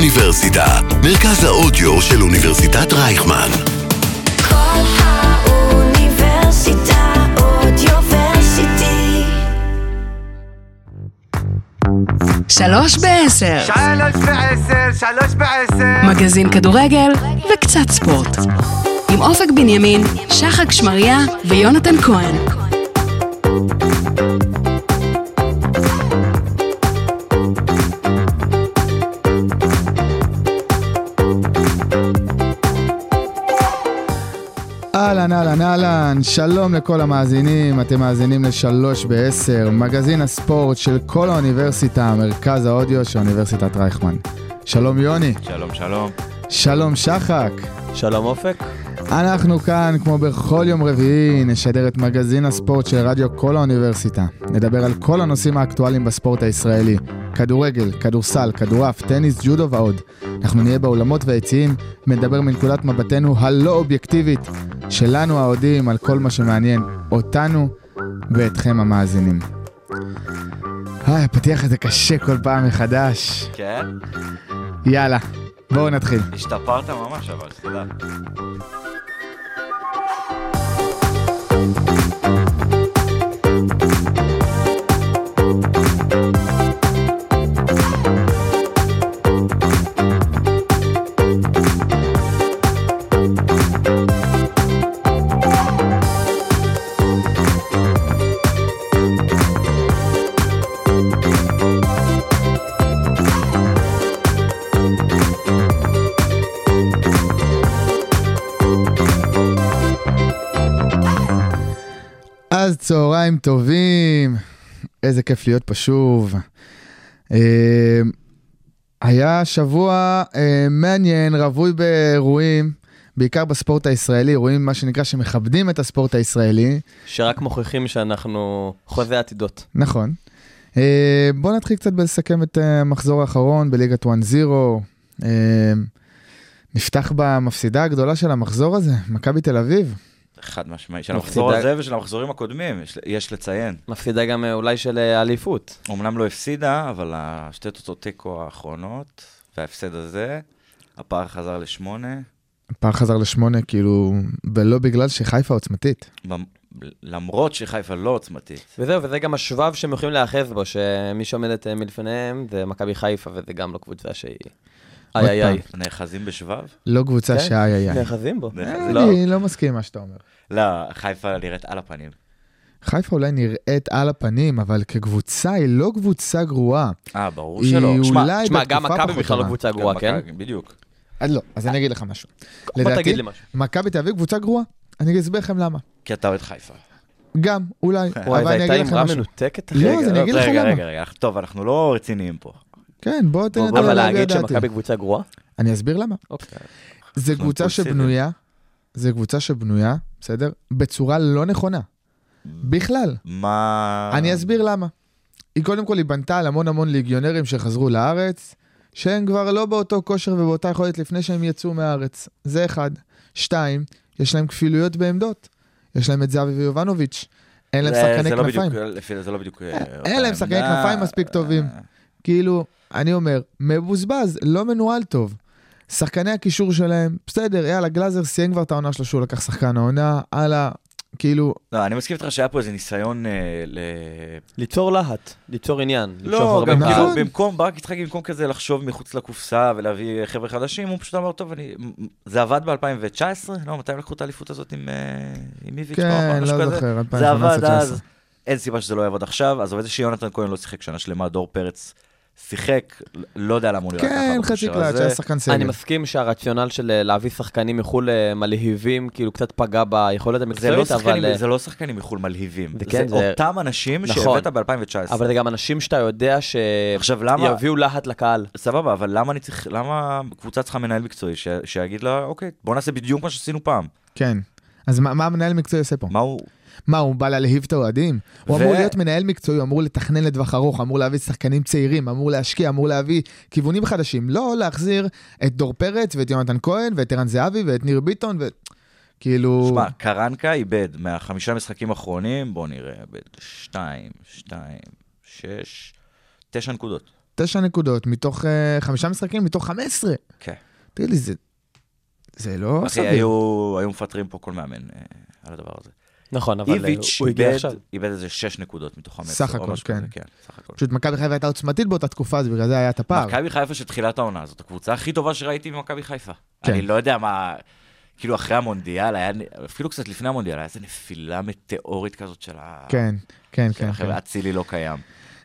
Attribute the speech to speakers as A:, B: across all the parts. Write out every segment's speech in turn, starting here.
A: האוניברסיטה, מרכז האודיו של אוניברסיטת רייכמן.
B: כל האוניברסיטה אודיוורסיטי.
C: שלוש בעשר,
D: שלוש בעשר, שלוש בעשר.
C: מגזין כדורגל וקצת ספורט. עם אופק בנימין, שחק שמריה ויונתן כהן.
E: אהלן, אהלן, אהלן, שלום לכל המאזינים, אתם מאזינים לשלוש בעשר, מגזין הספורט של כל האוניברסיטה, מרכז האודיו של אוניברסיטת רייכמן. שלום יוני,
F: שלום, שלום.
E: שלום שחק.
G: שלום אופק.
E: אנחנו כאן, כמו בכל יום רביעי, נשדר את מגזין הספורט של רדיו כל האוניברסיטה. נדבר על כל הנושאים האקטואליים בספורט הישראלי. כדורגל, כדורסל, כדורעף, טניס, ג'ודו ועוד. אנחנו נהיה באולמות והיציעים, ונדבר מנקודת מבטנו הלא אובייקטיבית, שלנו האוהדים, על כל מה שמעניין אותנו ואתכם המאזינים. היי, הפתיח הזה קשה כל פעם מחדש.
F: כן?
E: יאללה, בואו נתחיל.
F: השתפרת ממש, אבל תודה.
E: אז צהריים טובים, איזה כיף להיות פה שוב. אה, היה שבוע אה, מעניין, רווי באירועים, בעיקר בספורט הישראלי, אירועים, מה שנקרא, שמכבדים את הספורט הישראלי,
G: שרק מוכיחים שאנחנו חוזה עתידות.
E: נכון. אה, בואו נתחיל קצת בלסכם את אה, המחזור האחרון בליגת 1-0. אה, נפתח במפסידה הגדולה של המחזור הזה, מכבי תל אביב.
F: חד משמעי. של המחזור
G: מפסידה-
F: הזה ושל המחזורים הקודמים, יש- יש לציין.
G: מפסידה גם אה, אולי של אה, אליפות.
F: אמנם לא הפסידה, אבל השתי תוצאות תיקו האחרונות, וההפסד הזה, הפער חזר לשמונה.
E: פער חזר לשמונה, כאילו, ולא בגלל שחיפה עוצמתית.
F: במ- למרות שחיפה לא עוצמתית.
G: וזהו, וזה גם השבב שהם יכולים להיאחז בו, שמי שעומדת אה, מלפניהם זה מכבי חיפה, וזה גם לא קבוצה שהיא...
E: עוד
G: איי איי
E: פעם.
G: איי.
F: נאחזים בשבב?
E: לא קבוצה
G: כן?
E: שאיי איי איי.
G: נאחזים בו.
F: נאחזים.
G: לא.
E: אני אה, לא מסכים עם מה שאתה אומר.
F: לא, חיפה נראית על הפנים.
E: חיפה אולי נראית על הפנים, אבל כקבוצה היא לא קבוצה גרועה.
F: אה, ברור
E: היא
F: שלא. שמע,
E: אולי
G: תשמע, גם
E: בתקופה
G: מכבי
E: פחות
G: בכלל לא
E: טובה.
G: קבוצה
F: גם
G: גרועה, כן?
F: מכבי, בדיוק.
E: אז לא, אז אני אגיד לך משהו.
G: בוא
E: לדעתי,
G: תגיד לי משהו.
E: מכבי תל אוהב קבוצה גרועה. אני אסביר לכם למה.
F: כי אתה אוהד חיפה.
E: גם, אולי,
G: וואי, זו
E: אבל אני
G: הייתה
E: אגיד לכם
G: אמרה
E: משהו.
G: מנותקת, אחי.
E: לא,
F: רגע,
E: אז אני אגיד לך
F: רגע,
E: למה.
F: רגע, רגע, טוב, אנחנו לא רציניים פה.
E: כן, בוא תן
G: אבל להגיד שמכבי קבוצה גרועה?
E: אני אסביר למה.
G: אוקיי.
E: זה
F: אנחנו
E: קבוצה
F: אימפולסיביים.
E: שבנויה, זה קבוצה שבנויה, בסדר? בצורה לא נכונה.
G: Mm.
E: בכלל.
F: מה...
E: אני אסביר למה. היא קודם כל, היא בנתה על המון המון ליגיונרים שחזרו לארץ, שהם כבר לא באותו כושר ובאותה יכולת לפני שהם יצאו מהארץ. זה אחד. שתיים, יש להם כפילויות בעמדות. יש להם את זהבי ויובנוביץ'. אין להם
F: זה-
E: שחקני
F: זה לא
E: כנפיים.
F: בדיוק- לפי- זה לא בדיוק... אה, אותה
E: אין להם
F: עמדה.
E: שחקני כנפיים מספיק טובים.
F: אה.
E: כאילו, אני אומר, מבוזבז, לא מנוהל טוב. שחקני הקישור שלהם, בסדר, יאללה, גלאזר סיים כבר את העונה שלו שהוא לקח שחקן העונה, הלאה, כאילו,
F: לא, אני מסכים איתך שהיה פה איזה ניסיון אה, ל...
G: ליצור להט, ליצור עניין. למשוך
F: לא,
G: הרבה
F: גם
E: נכון.
G: קהל.
F: כאילו, במקום, ברק יצחקי, במקום כזה לחשוב מחוץ לקופסה ולהביא חבר'ה חדשים, הוא פשוט אמר, טוב, אני... זה עבד ב-2019? לא, מתי הם לקחו את האליפות הזאת עם אה, עם איביץ'?
E: כן,
F: משהו
E: לא
F: כזה?
E: זוכר,
F: זה עבד
E: 2018-2019.
F: אז, אין סיבה שזה לא יעבוד עכשיו, אז עובד זה שיונתן כהן לא שיחק שנה שלמה, דור פרץ שיחק, לא יודע למה הוא נראה ככה.
E: כן,
F: בכושר
E: חצי קלאץ',
F: הזה.
E: היה שחקן
G: אני
E: סגל.
G: מסכים שהרציונל של אה, להביא שחקנים מחו"ל אה, מלהיבים, כאילו קצת פגע ביכולת
F: זה לא
G: המקצועית, אבל...
F: שחקנים,
G: אה,
F: זה לא שחקנים מחו"ל מלהיבים.
G: זה
F: זה
G: כן, זה-
F: אותם אנשים
G: נכון.
F: שהבאת ב-2019.
G: אבל זה גם אנשים שאתה יודע ש...
F: לא- עכשיו, למה-
G: יביאו להט לקהל.
F: סבבה, אבל למה אני צריך, למה קבוצה צריכה מנהל מקצועי ש- שיגיד לה, אוקיי, בוא נעשה בדיוק מה שעשינו פעם.
E: כן. אז מה, מה המנהל המקצועי עושה פה?
F: מה הוא...
E: מה, הוא בא להלהיב את האוהדים? הוא
F: ו-
E: אמור להיות מנהל מקצועי, הוא אמור לתכנן לטווח ארוך, אמור להביא שחקנים צעירים, אמור להשקיע, אמור להביא כיוונים חדשים. לא להחזיר את דור פרץ ואת יונתן כהן ואת ערן זהבי ואת ניר ביטון ו... כאילו...
F: שמע, קרנקה איבד מהחמישה משחקים
G: לא,
F: האחרונים, בוא נראה, איבד שתיים, שתיים, שש, תשע נקודות.
E: תשע נקודות מתוך אה, חמישה משחקים, מתוך חמש עשרה.
F: כן.
E: תגיד לי, זה... זה לא
F: אחי,
E: סביר.
F: אוקיי, היו היו מפטרים פה כל מאמן אה, על הדבר הזה.
G: נכון, אבל אה,
F: איביץ'
G: הוא הגיע
F: איבד-
G: עכשיו.
F: איבד איזה שש נקודות מתוך חמש.
E: סך
F: או
E: הכל,
F: משהו
E: כן.
F: כזה, סך הכל.
E: פשוט מכבי חיפה הייתה עוצמתית באותה תקופה, אז בגלל זה היה את הפער.
F: מכבי חיפה של תחילת העונה, זאת הקבוצה הכי טובה שראיתי ממכבי חיפה.
E: כן.
F: אני לא יודע מה, כאילו אחרי המונדיאל, היה, נ- אפילו קצת לפני המונדיאל, היה איזו נפילה מטאורית כזאת של ה...
E: כן, כן,
F: של
E: כן. כן.
F: החבר'ה, אצילי לא קיים.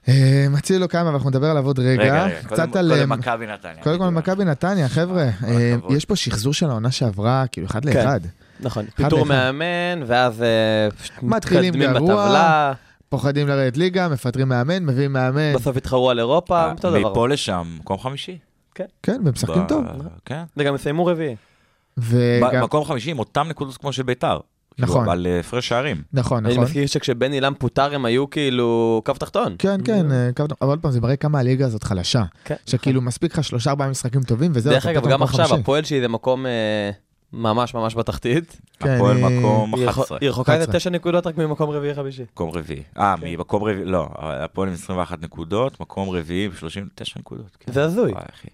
E: אה, מציל לא קיים, אבל אנחנו נדבר עליו עוד רגע.
F: קודם
E: קצת על...
F: קודם
E: אה,
F: מכבי נתניה.
E: קודם כל
F: בדיוק.
E: מכבי נתניה, חבר'ה. אה,
F: כן, הכבוד.
E: יש פה שחזור של העונה שעברה, כאילו, אחד לאחד.
G: נכון, פיטור
E: לאחד.
G: מאמן, ואז אה, פשוט
E: מתחילים
G: מתקדמים
E: גרוע.
G: בטבלה,
E: פוחדים לרדת ליגה, מפטרים מאמן, מביאים מאמן.
G: בסוף התחרו על אירופה,
F: אה,
G: אותו דבר.
F: מפה לשם, מקום חמישי.
E: כן, והם משחקים
F: ב-
E: טוב.
F: כן.
G: וגם יסיימו רביעי.
E: וגם...
F: ב- מקום חמישי עם אותם נקודות כמו של ביתר. כאילו,
E: נכון.
F: אבל אה, הפרש שערים.
E: נכון,
G: אני
E: נכון.
G: מזכיר שכשבן אילם פוטר הם היו כאילו קו תחתון.
E: כן, כן, אה, קו- אבל עוד פעם, זה מראה כמה הליגה הזאת חלשה.
G: כן.
E: שכאילו מספיק לך שלושה ארבעה משחקים טובים, וזהו,
G: דרך
E: אתה
G: אגב,
E: פתאום
G: גם
E: מקום
G: עכשיו,
E: חמישי.
G: הפועל שהיא זה מקום אה, ממש ממש בתחתית.
E: כן,
F: הפועל
E: אה,
F: מקום
G: היא רחוק-
F: 11.
G: היא רחוקה איזה
E: 11.
G: תשע נקודות רק ממקום רביעי חמישי.
F: מקום רביעי. אה,
G: כן.
F: ממקום רביעי, לא, הפועל עם 21 נקודות, מקום רביעי עם 39 נקודות. כן.
G: זה הזוי.
F: וואי, אחי.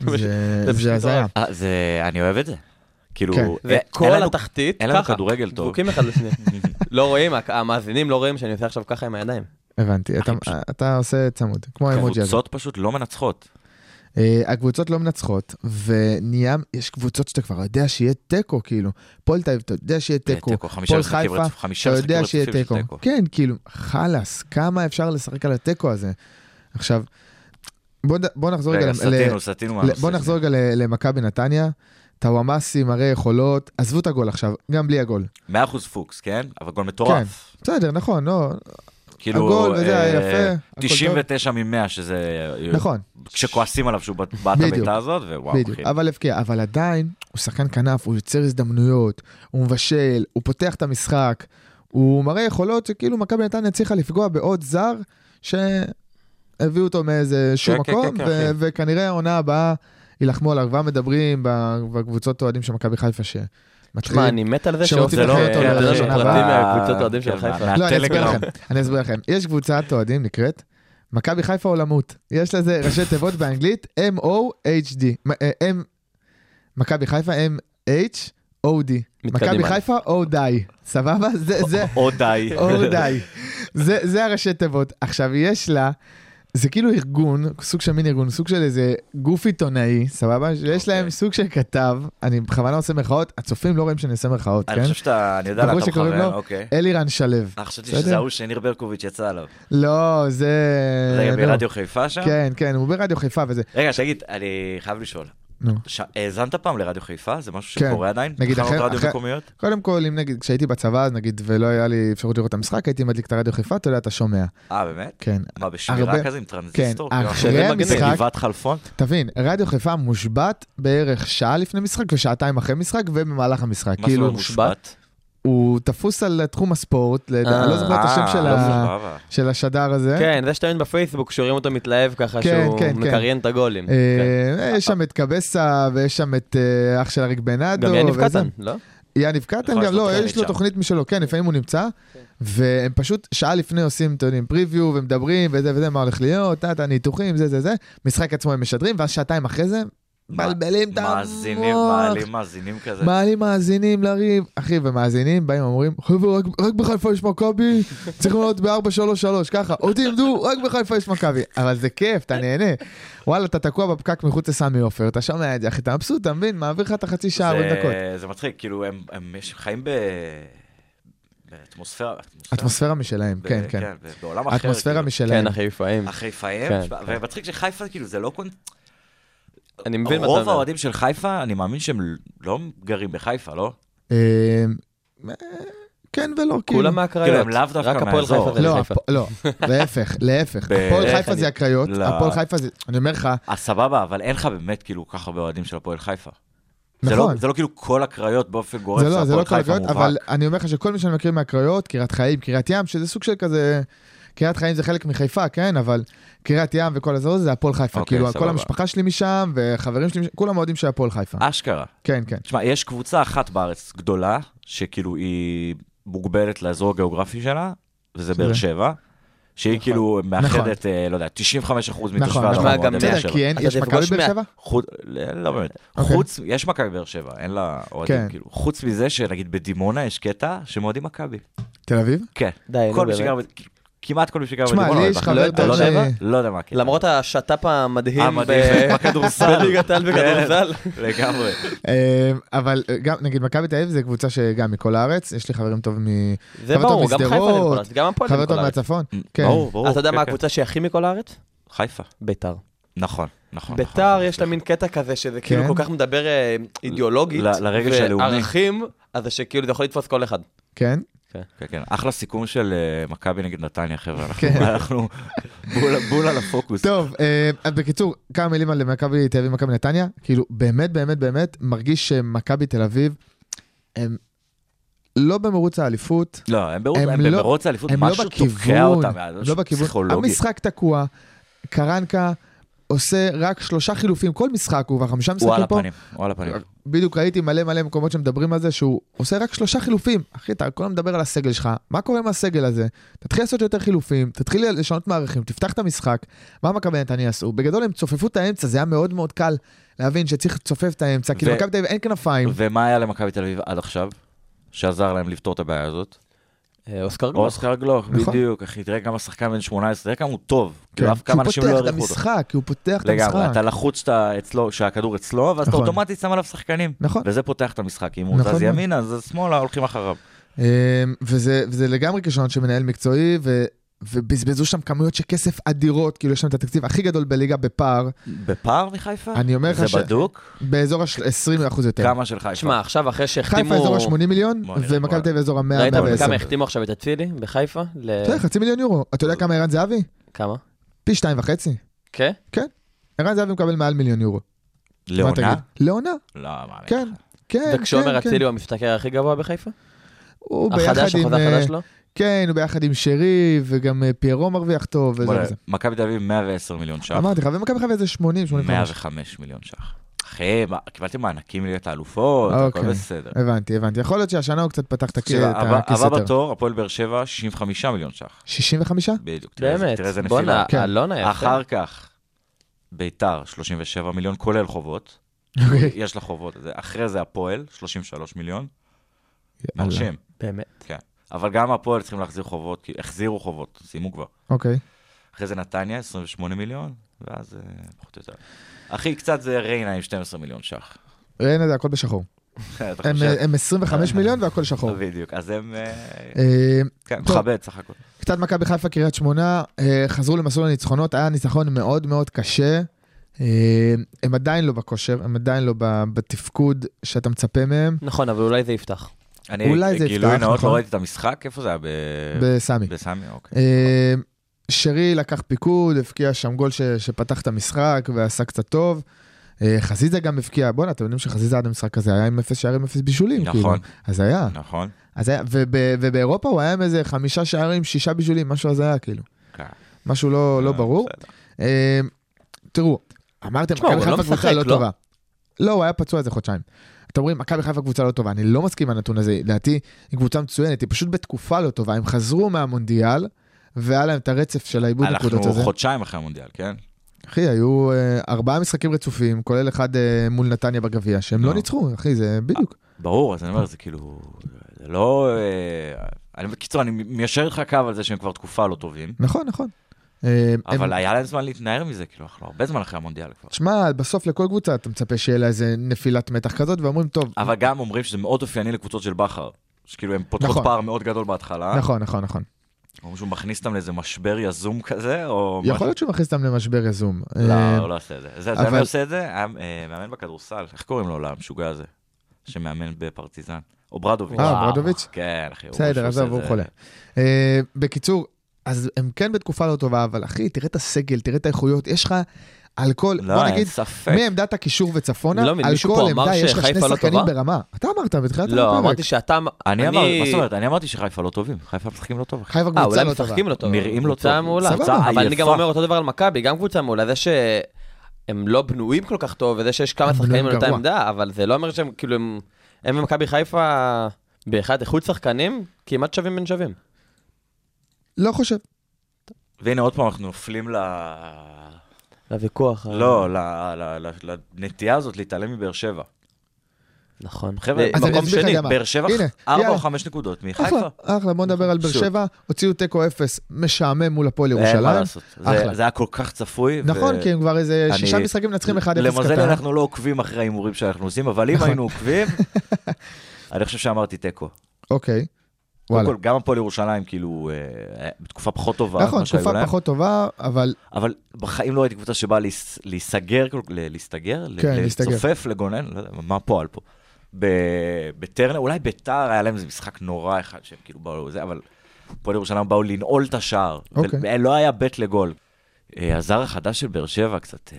E: זה-
G: זה פשוט
E: זה הזיה.
F: אה, זה, אני אוהב את זה. כאילו,
E: כן.
F: אין-
G: זה
F: אין
G: כל
F: לנו-
G: התחתית,
F: אין לנו
G: ככה.
F: כדורגל טוב.
G: דבוקים אחד לשני. לא רואים, הק- המאזינים לא רואים שאני עושה עכשיו ככה עם הידיים.
E: הבנתי, אתה-
F: פשוט-
E: אתה עושה צמוד, כמו האמוג'י הזה.
F: קבוצות פשוט לא מנצחות.
E: אה, הקבוצות לא מנצחות, ונהיה, יש קבוצות שאתה כבר יודע שיהיה תיקו, כאילו. פועל תל אביב, אתה יודע שיהיה
F: אה,
E: תיקו.
F: חמישה
E: הפועל
F: משחקים
E: חיפה,
F: רצופים, חמישה
E: אתה יודע
F: משחקים
E: שיהיה
F: רצופים של
E: תיקו. כן, כאילו, חלאס, כמה אפשר לשחק על התיקו הזה? עכשיו, בוא נ- בוא נחזור רגע
F: רגע,
E: ל- ל-
F: סטינו, סטינו
E: ל-
F: מהנושא.
E: בוא נחזור רגע ל- למכבי נתניה. טוואמאסי מראה יכולות, עזבו את הגול עכשיו, גם בלי הגול.
F: 100% פוקס, כן? אבל גול מטורף.
E: בסדר, נכון, לא,
F: כאילו,
E: הגול וזה,
F: אה,
E: יפה, הכל
F: 99 מ-100 שזה...
E: נכון,
F: כשכועסים עליו שהוא בעט בעט את
E: בדיוק.
F: הבעיטה הזאת, ווואו,
E: בדיוק.
F: אחי.
E: אבל הבקיע, אבל עדיין, הוא שחקן כנף, הוא יוצר הזדמנויות, הוא מבשל, הוא פותח את המשחק, הוא מראה יכולות שכאילו מכבי נתניה הצליחה לפגוע בעוד זר, שהביאו אותו מאיזה שום
F: כן, כן,
E: מקום,
F: כן,
E: ו-
F: אחי.
E: וכנראה העונה הבאה יילחמו עליו. כבר מדברים ב- בקבוצות אוהדים של מכבי חיפה
G: תשמע,
E: שמתחילים.
G: אני מת על זה לא- כן,
E: שרוצים
G: שעושים
E: לחיות אותו
G: אתה יודע
E: לראשונה.
G: שפרטים
F: אה,
G: מהקבוצות האוהדים של
F: כן,
G: חיפה.
F: מה-
E: לא, אני אסביר
F: הטלגרם.
E: לכם, אני אסביר לכם. יש קבוצת אוהדים נקראת מכבי חיפה עולמות. יש לזה ראשי תיבות באנגלית M-O-H-D. מ- אה, M- מכבי חיפה M-H-O-D. מכבי
G: הלאה.
E: חיפה או-די. סבבה? זה, זה,
F: או די.
E: או-די. זה, זה הראשי תיבות. עכשיו, יש לה... זה כאילו ארגון, סוג של מין ארגון, סוג של איזה גוף עיתונאי, סבבה? שיש להם
F: אוקיי.
E: סוג של כתב, אני בכוונה עושה מירכאות, הצופים לא רואים שאני עושה מירכאות,
F: אני
E: כן?
F: חושב שאתה, אני יודע, לאן
E: בחור
F: אתה
E: שקוראים
F: מכוון,
E: לו-
F: אוקיי.
E: אלירן שלו.
F: אה, חשבתי
E: בסדר?
F: שזה ההוא שניר ברקוביץ' יצא עליו.
E: לא, זה...
F: רגע,
E: לא.
F: ברדיו חיפה שם?
E: כן, כן, הוא ברדיו חיפה וזה.
F: רגע, תגיד, אני חייב לשאול.
E: נו.
F: ש- האזנת פעם לרדיו חיפה? זה משהו
E: כן.
F: שקורה עדיין?
E: נגיד,
F: תחנות
E: אחרי-
F: רדיו
E: אחרי-
F: מקומיות?
E: קודם כל, אם נגיד, כשהייתי בצבא, אז נגיד, ולא היה לי אפשרות לראות את המשחק, הייתי מדליק את הרדיו חיפה, אתה יודע, אתה שומע.
F: אה, באמת?
E: כן.
F: מה, בשמירה
E: הרבה-
F: כזה עם טרנזיסטור?
E: כן,
F: כאילו,
E: אחרי
F: שזה מגניב.
E: המשחק-
F: בגבעת חלפון?
E: תבין, רדיו חיפה מושבת בערך שעה לפני משחק ושעתיים אחרי משחק ובמהלך המשחק.
F: מה זאת
E: כאילו,
F: אומרת מושבת?
E: הוא תפוס על תחום הספורט, לדע-
G: אה,
E: אני לא זוכר את השם של
F: לא,
E: ה-
F: סבבה.
E: של השדר הזה.
G: כן, זה שתמיד בפייסבוק שרואים אותו מתלהב ככה
E: כן,
G: שהוא
E: כן, כן.
G: מקריין את הגולים. כן.
E: אה, יש שם את קבסה, ויש שם את אה, אח של אריק בנאדו.
G: גם יניב
E: וזה-
G: קטן, לא?
E: יניב קטן
F: נכון,
E: גם,
F: יש לו
E: לא,
F: תוכנית
E: יש לו
F: שם.
E: תוכנית משלו, כן, לפעמים הוא נמצא, והם פשוט שעה לפני עושים, אתם יודעים, פריוויו, ומדברים, וזה וזה, מה הולך להיות, טה טה, ניתוחים, זה זה זה, משחק עצמו הם משדרים, ואז שעתיים אחרי זה, מבלבלים את המוח.
F: מאזינים, מעלים מאזינים כזה.
E: מעלים מאזינים לריב, אחי, ומאזינים באים אומרים, חבר'ה, רק, רק בחיפה יש מכבי, צריכים לעלות ב-433, ככה, אותי עמדו, רק בחיפה יש מכבי. אבל זה כיף, אתה נהנה. וואלה, אתה תקוע בפקק מחוץ לסמי עופר, אתה שומע את זה, אחי, אתה מבסוט, אתה מבין, מעביר לך את החצי שעה, 40
F: זה-
E: דקות.
F: זה מצחיק, כאילו, הם- הם יש- חיים ב... באטמוספירה.
E: אטמוספירה משלהם,
F: ב-
E: כן, כן.
F: ב- בעולם אחר.
E: אטמוספירה
F: כאילו.
E: משלהם.
G: כן, אחי, לפעמים.
F: החיפאים,
G: כן,
F: שמע,
G: כן.
F: ומצחיק שחיפה כאילו זה לא קונט...
G: אני מבין מה אתה
F: רוב
G: אומר.
F: האוהדים של חיפה, אני מאמין שהם לא גרים בחיפה, לא?
E: אה, כן ולא, כאילו.
G: כולם מהקריות.
F: כאילו, הם לאו דווקא
G: רק הפועל
F: מהאזור.
G: חיפה
E: לא,
G: וחיפה.
E: הפ- לא, להפך, להפך.
F: ב-
E: הפועל
F: איך
E: חיפה
F: אני-
E: זה הקריות,
F: לא.
E: הפועל חיפה זה, אני אומר לך,
F: אז סבבה, אבל אין לך באמת כאילו כל כך הרבה אוהדים של הפועל חיפה. זה לא-
E: נכון.
F: זה לא כאילו כל הקריות באופן גורף,
E: זה לא, זה לא
F: הפועל
E: כל
F: חיפה
E: הקריות, אבל
F: מובהק.
E: אני אומר לך שכל מי שאני מכיר מהקריות, קריית חיים, קריית ים, שזה סוג של כזה, קריית חיים זה חלק מחיפה, כן, אבל קריית ים וכל הזו זה הפועל חיפה,
F: אוקיי,
E: כאילו
F: סבבה. אה.
E: כל המשפחה שלי משם, וחברים שלי, משם, כולם אוהדים של הפועל חיפה.
F: אשכרה.
E: כן, כן.
F: תשמע, יש קבוצה אחת בארץ גדולה, שכאילו היא מוגבלת לאזור הגיאוגרפי שלה, וזה באר
E: שזה?
F: שבע, שהיא כאילו מאחדת,
E: נכון.
F: אה, לא יודע, 95% מתושבי
E: נכון,
F: הדרום.
E: נכון.
F: אוהדי
G: גם
F: באר
G: אתה
E: בסדר,
F: שבע.
E: כי אין,
G: אתה
E: יש מכבי
G: תפגוש
E: באר
G: מה-
E: שבע?
F: חוץ, לא באמת,
E: אוקיי.
F: חוץ, יש מכבי באר שבע, אין לה
E: כן.
F: אוהדים, כאילו, חוץ מזה שנגיד בדימונה יש קטע שהם אוהדים מכבי,
E: תל אביב?
F: כן,
G: די, נו
E: לא
F: כל מי
G: לא, באמת.
F: שגר, ב- כמעט כל מי שגר
E: תשמע,
F: בדימונה,
E: לי
F: אוהד
E: יש
F: מכבי.
E: חבר
F: לא יודע-
G: טוב
F: לא יודע-
E: ש-
F: לא יודע מה הקטע.
G: כן. למרות השת"פ המדהים
F: המדהים
G: ב-
F: בכדורסל.
G: בליגת העל בכדורסל.
F: לגמרי.
E: אה, אבל אה, גם, נגיד, מכבי תל אביב זה קבוצה שגם מכל הארץ, יש לי חברים טוב מ...
G: זה
E: חבר טוב
G: ברור, גם חיפה
E: משדרות,
G: מכל הארץ, גם הפועל
E: חבר
G: מכל
E: טוב
G: הארץ.
E: מהצפון. כן.
F: ברור, ברור.
G: אתה יודע
F: כן,
G: מה
F: כן.
G: הקבוצה שהכי מכל הארץ?
F: חיפה.
G: ביתר.
F: נכון, נכון.
G: ביתר יש לה מין קטע כזה שזה כאילו
E: כן.
G: כל כך מדבר אה, אידיאולוגית.
F: ל- לרגש הלאומי.
G: וערכים, אז זה שכאילו זה יכול לתפוס כל אחד.
E: כן?
F: כן, כן. אחלה סיכום של אה, מכבי נגד נתניה, חבר'ה. אנחנו-
E: כן.
F: אנחנו בול- בול על הפוקוס.
E: טוב, אה, אז בקיצור, כמה מילים על מכבי תל אביב ומכבי נתניה. כאילו, באמת, באמת, באמת, מרגיש שמכבי תל אביב, הם לא במרוץ האליפות,
F: לא, הם ברור-
E: הם
F: הם
E: לא-
F: במרוץ האליפות,
E: הם לא
F: משהו תוקע
E: בכיוון,
F: אותם, אה,
E: הם
F: משהו
E: לא בכיוון.
F: פסיכולוגי.
E: המשחק תקוע, קרנקה עושה רק שלושה חילופים, כל משחק הוא כבר חמישה
F: הוא על
E: משחקים פה.
F: הפנים, הוא על הפנים.
E: בדיוק ראיתי מלא מלא מקומות שמדברים על זה שהוא עושה רק שלושה חילופים. אחי, אתה כל הזמן מדבר על הסגל שלך, מה קורה עם הסגל הזה? תתחיל לעשות יותר חילופים, תתחיל לשנות מערכים, תפתח את המשחק. מה מכבי נתניה עשו? בגדול הם צופפו את האמצע, זה היה מאוד מאוד קל להבין שצריך לצופף את האמצע, כי
F: ו-
E: למכבי תל אביב אין כנפיים.
F: ומה היה למכבי תל אביב עד עכשיו? שעזר להם לפתור את הבעיה הזאת.
G: אה, אוסקר גלוך.
F: אוסקר גלוך,
E: לא. נכון.
F: בדיוק, אחי, תראה כמה שחקן בן 18, תראה כמה הוא טוב.
E: כן,
F: כאילו, אף
E: כי הוא
F: כמה אנשים לא
E: פותח את
F: העריכו אותו.
E: המשחק, כי הוא פותח את
F: לגמרי,
E: המשחק.
F: אתה לחוץ שאתה אצלו, שהכדור אצלו, ואז אתה
E: נכון.
F: אוטומטית שם עליו שחקנים.
E: נכון.
F: וזה פותח את המשחק, אם הוא
E: נכון
F: זז
E: מאוד.
F: ימינה, אז זז שמאלה, הולכים אחריו.
E: אמ, וזה, וזה לגמרי כישלון של מנהל מקצועי, ו, ובזבזו שם כמויות של כסף אדירות, כאילו יש שם את התקציב הכי גדול בליגה בפער,
F: בפער מחיפה?
E: אני אומר לך ש-
F: אה,
E: כן.
F: זה בדוק?
E: באזור ה-20% יותר.
F: כמה של חיפה?
G: שמע, עכשיו אחרי
E: חיפה אזור
G: שהחתימו...
E: ה-80 מיליון,
F: בוא נראה,
E: ומכבי
F: בוא.
E: תל אביב אזור
G: ראית כמה
E: ה-100-110.
G: החתימו עכשיו את אצילי בחיפה? ל...
E: אתה יודע, חצי מיליון יורו. אתה יודע כמה ערן זהבי?
G: כמה?
E: פי שתיים וחצי.
G: כן?
E: ערן זהבי מקבל מעל מיליון יורו. מה
F: לעונה?
E: תגיד? לעונה,
F: לא, מאמין.
E: כן. כן,
G: וכשעומר
E: כן,
G: אצילי הוא המפתקר הכי גבוה בחיפה?
E: הוא ביחד
G: החדש,
E: עם,
G: החוזה
E: אה,
F: לא?
G: החדש שלו?
E: כן, הוא ביחד עם שרי, וגם אה, פיירו מרוויח טוב, וזה
F: בוא נראה,
E: וזה.
F: מכבי תל אביב 110 מיליון ש"ח,
E: אמרתי לך, ומכבי חיפה איזה 80, 85.
F: 105 מיליון ש"ח. אחי, מה, קיבלתם מענקים להיות האלופות,
E: אוקיי.
F: הכל בסדר.
E: הבנתי, הבנתי. יכול להיות שהשנה הוא קצת פתח את הכ-
F: תקשיב,
E: את
F: הבא
E: הכיס
F: הבא
E: יותר.
F: בתור, הפועל באר שבע, 65 מיליון ש"ח.
E: 65?
F: בדיוק, תראה איזה-
G: באמת.
F: תראה איזה
G: בואנה,
F: נפילה.
E: כן.
G: אלונה יפה.
F: אחר כך, ביתר, 37 מיליון, כולל חובות.
E: אוקיי.
F: יש לה חובות. זה- אחרי זה הפועל, 33 מיליון.
E: יאללה.
F: מרשים.
G: באמת.
F: אבל גם הפועל צריכים להחזיר חובות, כי החזירו חובות, סיימו כבר.
E: אוקיי.
F: אחרי זה נתניה, 28 מיליון, ואז אה, פחות או יותר. הכי קצת זה ריינה עם 12 מיליון ש"ח.
E: ריינה זה הכל בשחור.
F: אתה
E: הם, אה,
F: חושב?
E: הם
F: אה,
E: 25 מיליון והכל שחור.
F: בדיוק, אז הם... אה,
E: אה,
F: כן,
E: טוב.
F: מכבד סך הכל.
E: קצת מכבי חיפה, קריית שמונה, אה, חזרו למסלול הניצחונות, היה ניצחון מאוד מאוד קשה. אה, הם עדיין לא בכושר, הם עדיין לא ב- בתפקוד שאתה מצפה מהם.
G: נכון, אבל אולי זה יפתח.
F: אני,
E: אולי זה
F: גילוי
E: יפתח,
F: נאות,
E: נכון?
F: לא ראיתי את המשחק, איפה זה היה? ב-
E: בסמי.
F: בסמי, אוקיי.
E: אה, שרי לקח פיקוד, הבקיע שם גול ש- שפתח את המשחק ועשה קצת טוב. אה, חזיזה גם הבקיע, בואנה, אתם יודעים שחזיזה עד המשחק הזה היה עם אפס שערים, אפס בישולים.
F: נכון.
E: כאילו. אז היה.
F: נכון.
E: אז היה, וב, ובאירופה הוא היה עם איזה חמישה שערים, שישה בישולים, משהו אז היה כאילו.
F: כן.
E: משהו לא, לא
F: אה,
E: ברור.
F: בסדר.
E: אה, תראו, אמרתם,
G: תשמע,
E: מכבי
G: הוא לא
E: חיפה קבוצה
G: משחק,
E: לא
G: לא?
E: טובה. לא, הוא היה פצוע איזה חודשיים. אתם אומרים, מכבי חיפה קבוצה לא טובה, אני לא מסכים עם הנתון הזה, לדעתי היא קבוצה מצוינת, היא פשוט בתקופה לא טובה, הם חזרו מהמונדיאל, והיה להם את הרצף של העיבוד נקודות
F: אנחנו
E: הזה.
F: חודשיים אחרי המונדיאל, כן?
E: אחי, היו אה, ארבעה משחקים רצופים, כולל אחד אה, מול נתניה בגביע, שהם לא
F: נו.
E: ניצחו, אחי, זה בדיוק.
F: אה. ברור, אז אני אומר, זה כאילו... זה לא... אה, אני- בקיצור, אני מיישר לך קו על זה שהם כבר תקופה לא טובים,
E: נכון, נכון. אה, הם-
F: אבל היה להם זמן להתנער מזה, כאילו, אנחנו הרבה זמן אחרי המונדיאל כבר.
E: תשמע, בסוף לכל קבוצה אתה מצפה שיהיה לה איזה נפילת מתח כזאת, ואומרים, טוב,
F: אבל גם אומרים שזה מאוד אופייני לקבוצות של בכר. שכאילו הם
E: נכון.
F: פותחות פער מאוד גדול בהתחלה,
E: נכון, נכון, נכון.
F: או שהוא מכניס אותם לאיזה משבר יזום כזה, או...
E: יכול
F: משהו-
E: להיות שהוא מכניס אותם למשבר יזום.
F: לא,
E: אה,
F: הוא לא עושה את זה. זה,
E: אבל-
F: זה מי עושה את זה? היה, אה, מאמן בכדורסל, איך קוראים לו למשוגע הזה? שמאמן בפרטיזן. או ברדוביץ'.
E: אה,
G: וואו.
E: ברדוביץ'?
F: כן, אחי. הוא
E: בסדר,
F: שהוא
E: עזוב,
F: עושה את
E: הוא
F: זה-
E: חולה. אה, בקיצור, אז הם כן בתקופה לא טובה, אבל אחי, תראה את הסגל, תראה את האיכויות, יש לך על כל, בוא
F: לא, אין
E: נגיד,
F: ספק.
E: מעמדת הקישור וצפונה,
G: אני לא מבין,
E: על
G: מישהו
E: כל
G: פה אמר
E: עמדה יש לך שני
G: שחיפה לא
E: שחקנים
G: טובה?
E: ברמה. אתה אמרת בתחילת
G: לא,
E: הפרק.
G: אמרתי שאתה...
F: אני אמרתי, מה זאת אומרת? אני אמרתי שחיפה לא טובים. חיפה משחקים לא טוב. אחי.
E: חיפה
G: אה,
E: קבוצה
G: אולי
E: לא טובה.
G: משחקים לא טוב.
F: נראים לא
G: קבוצה
F: טוב.
G: מעולה.
E: סבבה.
G: אבל אני גם
F: עייפה.
G: אומר אותו דבר על מכבי, גם קבוצה מעולה. זה שהם לא בנויים כל כך טוב, וזה שיש כמה
E: הם
G: שחקנים
E: בנויים
G: על אותה
E: גרוע.
G: עמדה, אבל זה לא אומר שהם, כאילו, הם- הם ומכבי חיפה, באחד איכות שחקנים, כמעט שווים בין שווים.
E: לא חושב.
F: והנה עוד פעם אנחנו נופלים ל...
G: לוויכוח. ה-
E: אה.
F: לא, ל- ל- ל- לנטייה הזאת להתעלם מבאר שבע.
G: נכון.
F: חבר'ה,
G: ו-
E: אה, אז אני
F: מקום
E: אסביר לך
F: שני,
E: גם מה.
F: באר שבע,
E: הנה,
F: 4
E: יאללה.
F: או 5 נקודות מחיפה.
E: אחלה, אחלה, בוא נדבר על באר
F: פשוט.
E: שבע. הוציאו תיקו אפס, משעמם מול הפועל
F: אין מה
E: ירושלים.
F: לעשות. זה-
E: אחלה.
F: זה היה כל כך צפוי.
E: נכון,
F: ו-
E: כי הם כבר איזה
F: אני-
E: שישה משחקים מנצחים 1-0 קטן. נכון.
F: למזלי אנחנו לא עוקבים אחרי ההימורים שאנחנו עושים, אבל אם היינו עוקבים, אני חושב שאמרתי תיקו.
E: אוקיי,
F: קודם
E: וואלה.
F: כל, גם הפועל ירושלים, כאילו, אה, בתקופה פחות טובה.
E: נכון,
F: ממה שהיו
E: תקופה
F: להם,
E: פחות טובה, אבל
F: אבל בחיים לא הייתי קבוצה שבאה להס- להיסגר, כל- ל- להסתגר, ל-
E: כן, להסתגר.
F: לצופף, לגונן, לא יודע, מה הפועל פה? ב- בטרנר, אולי ביתר היה להם איזה משחק נורא אחד שהם כאילו באו לזה, אבל הפועל ירושלים באו לנעול את השער.
E: אוקיי.
F: ולא היה בית לגול. אה, הזר החדש של באר שבע קצת, אה,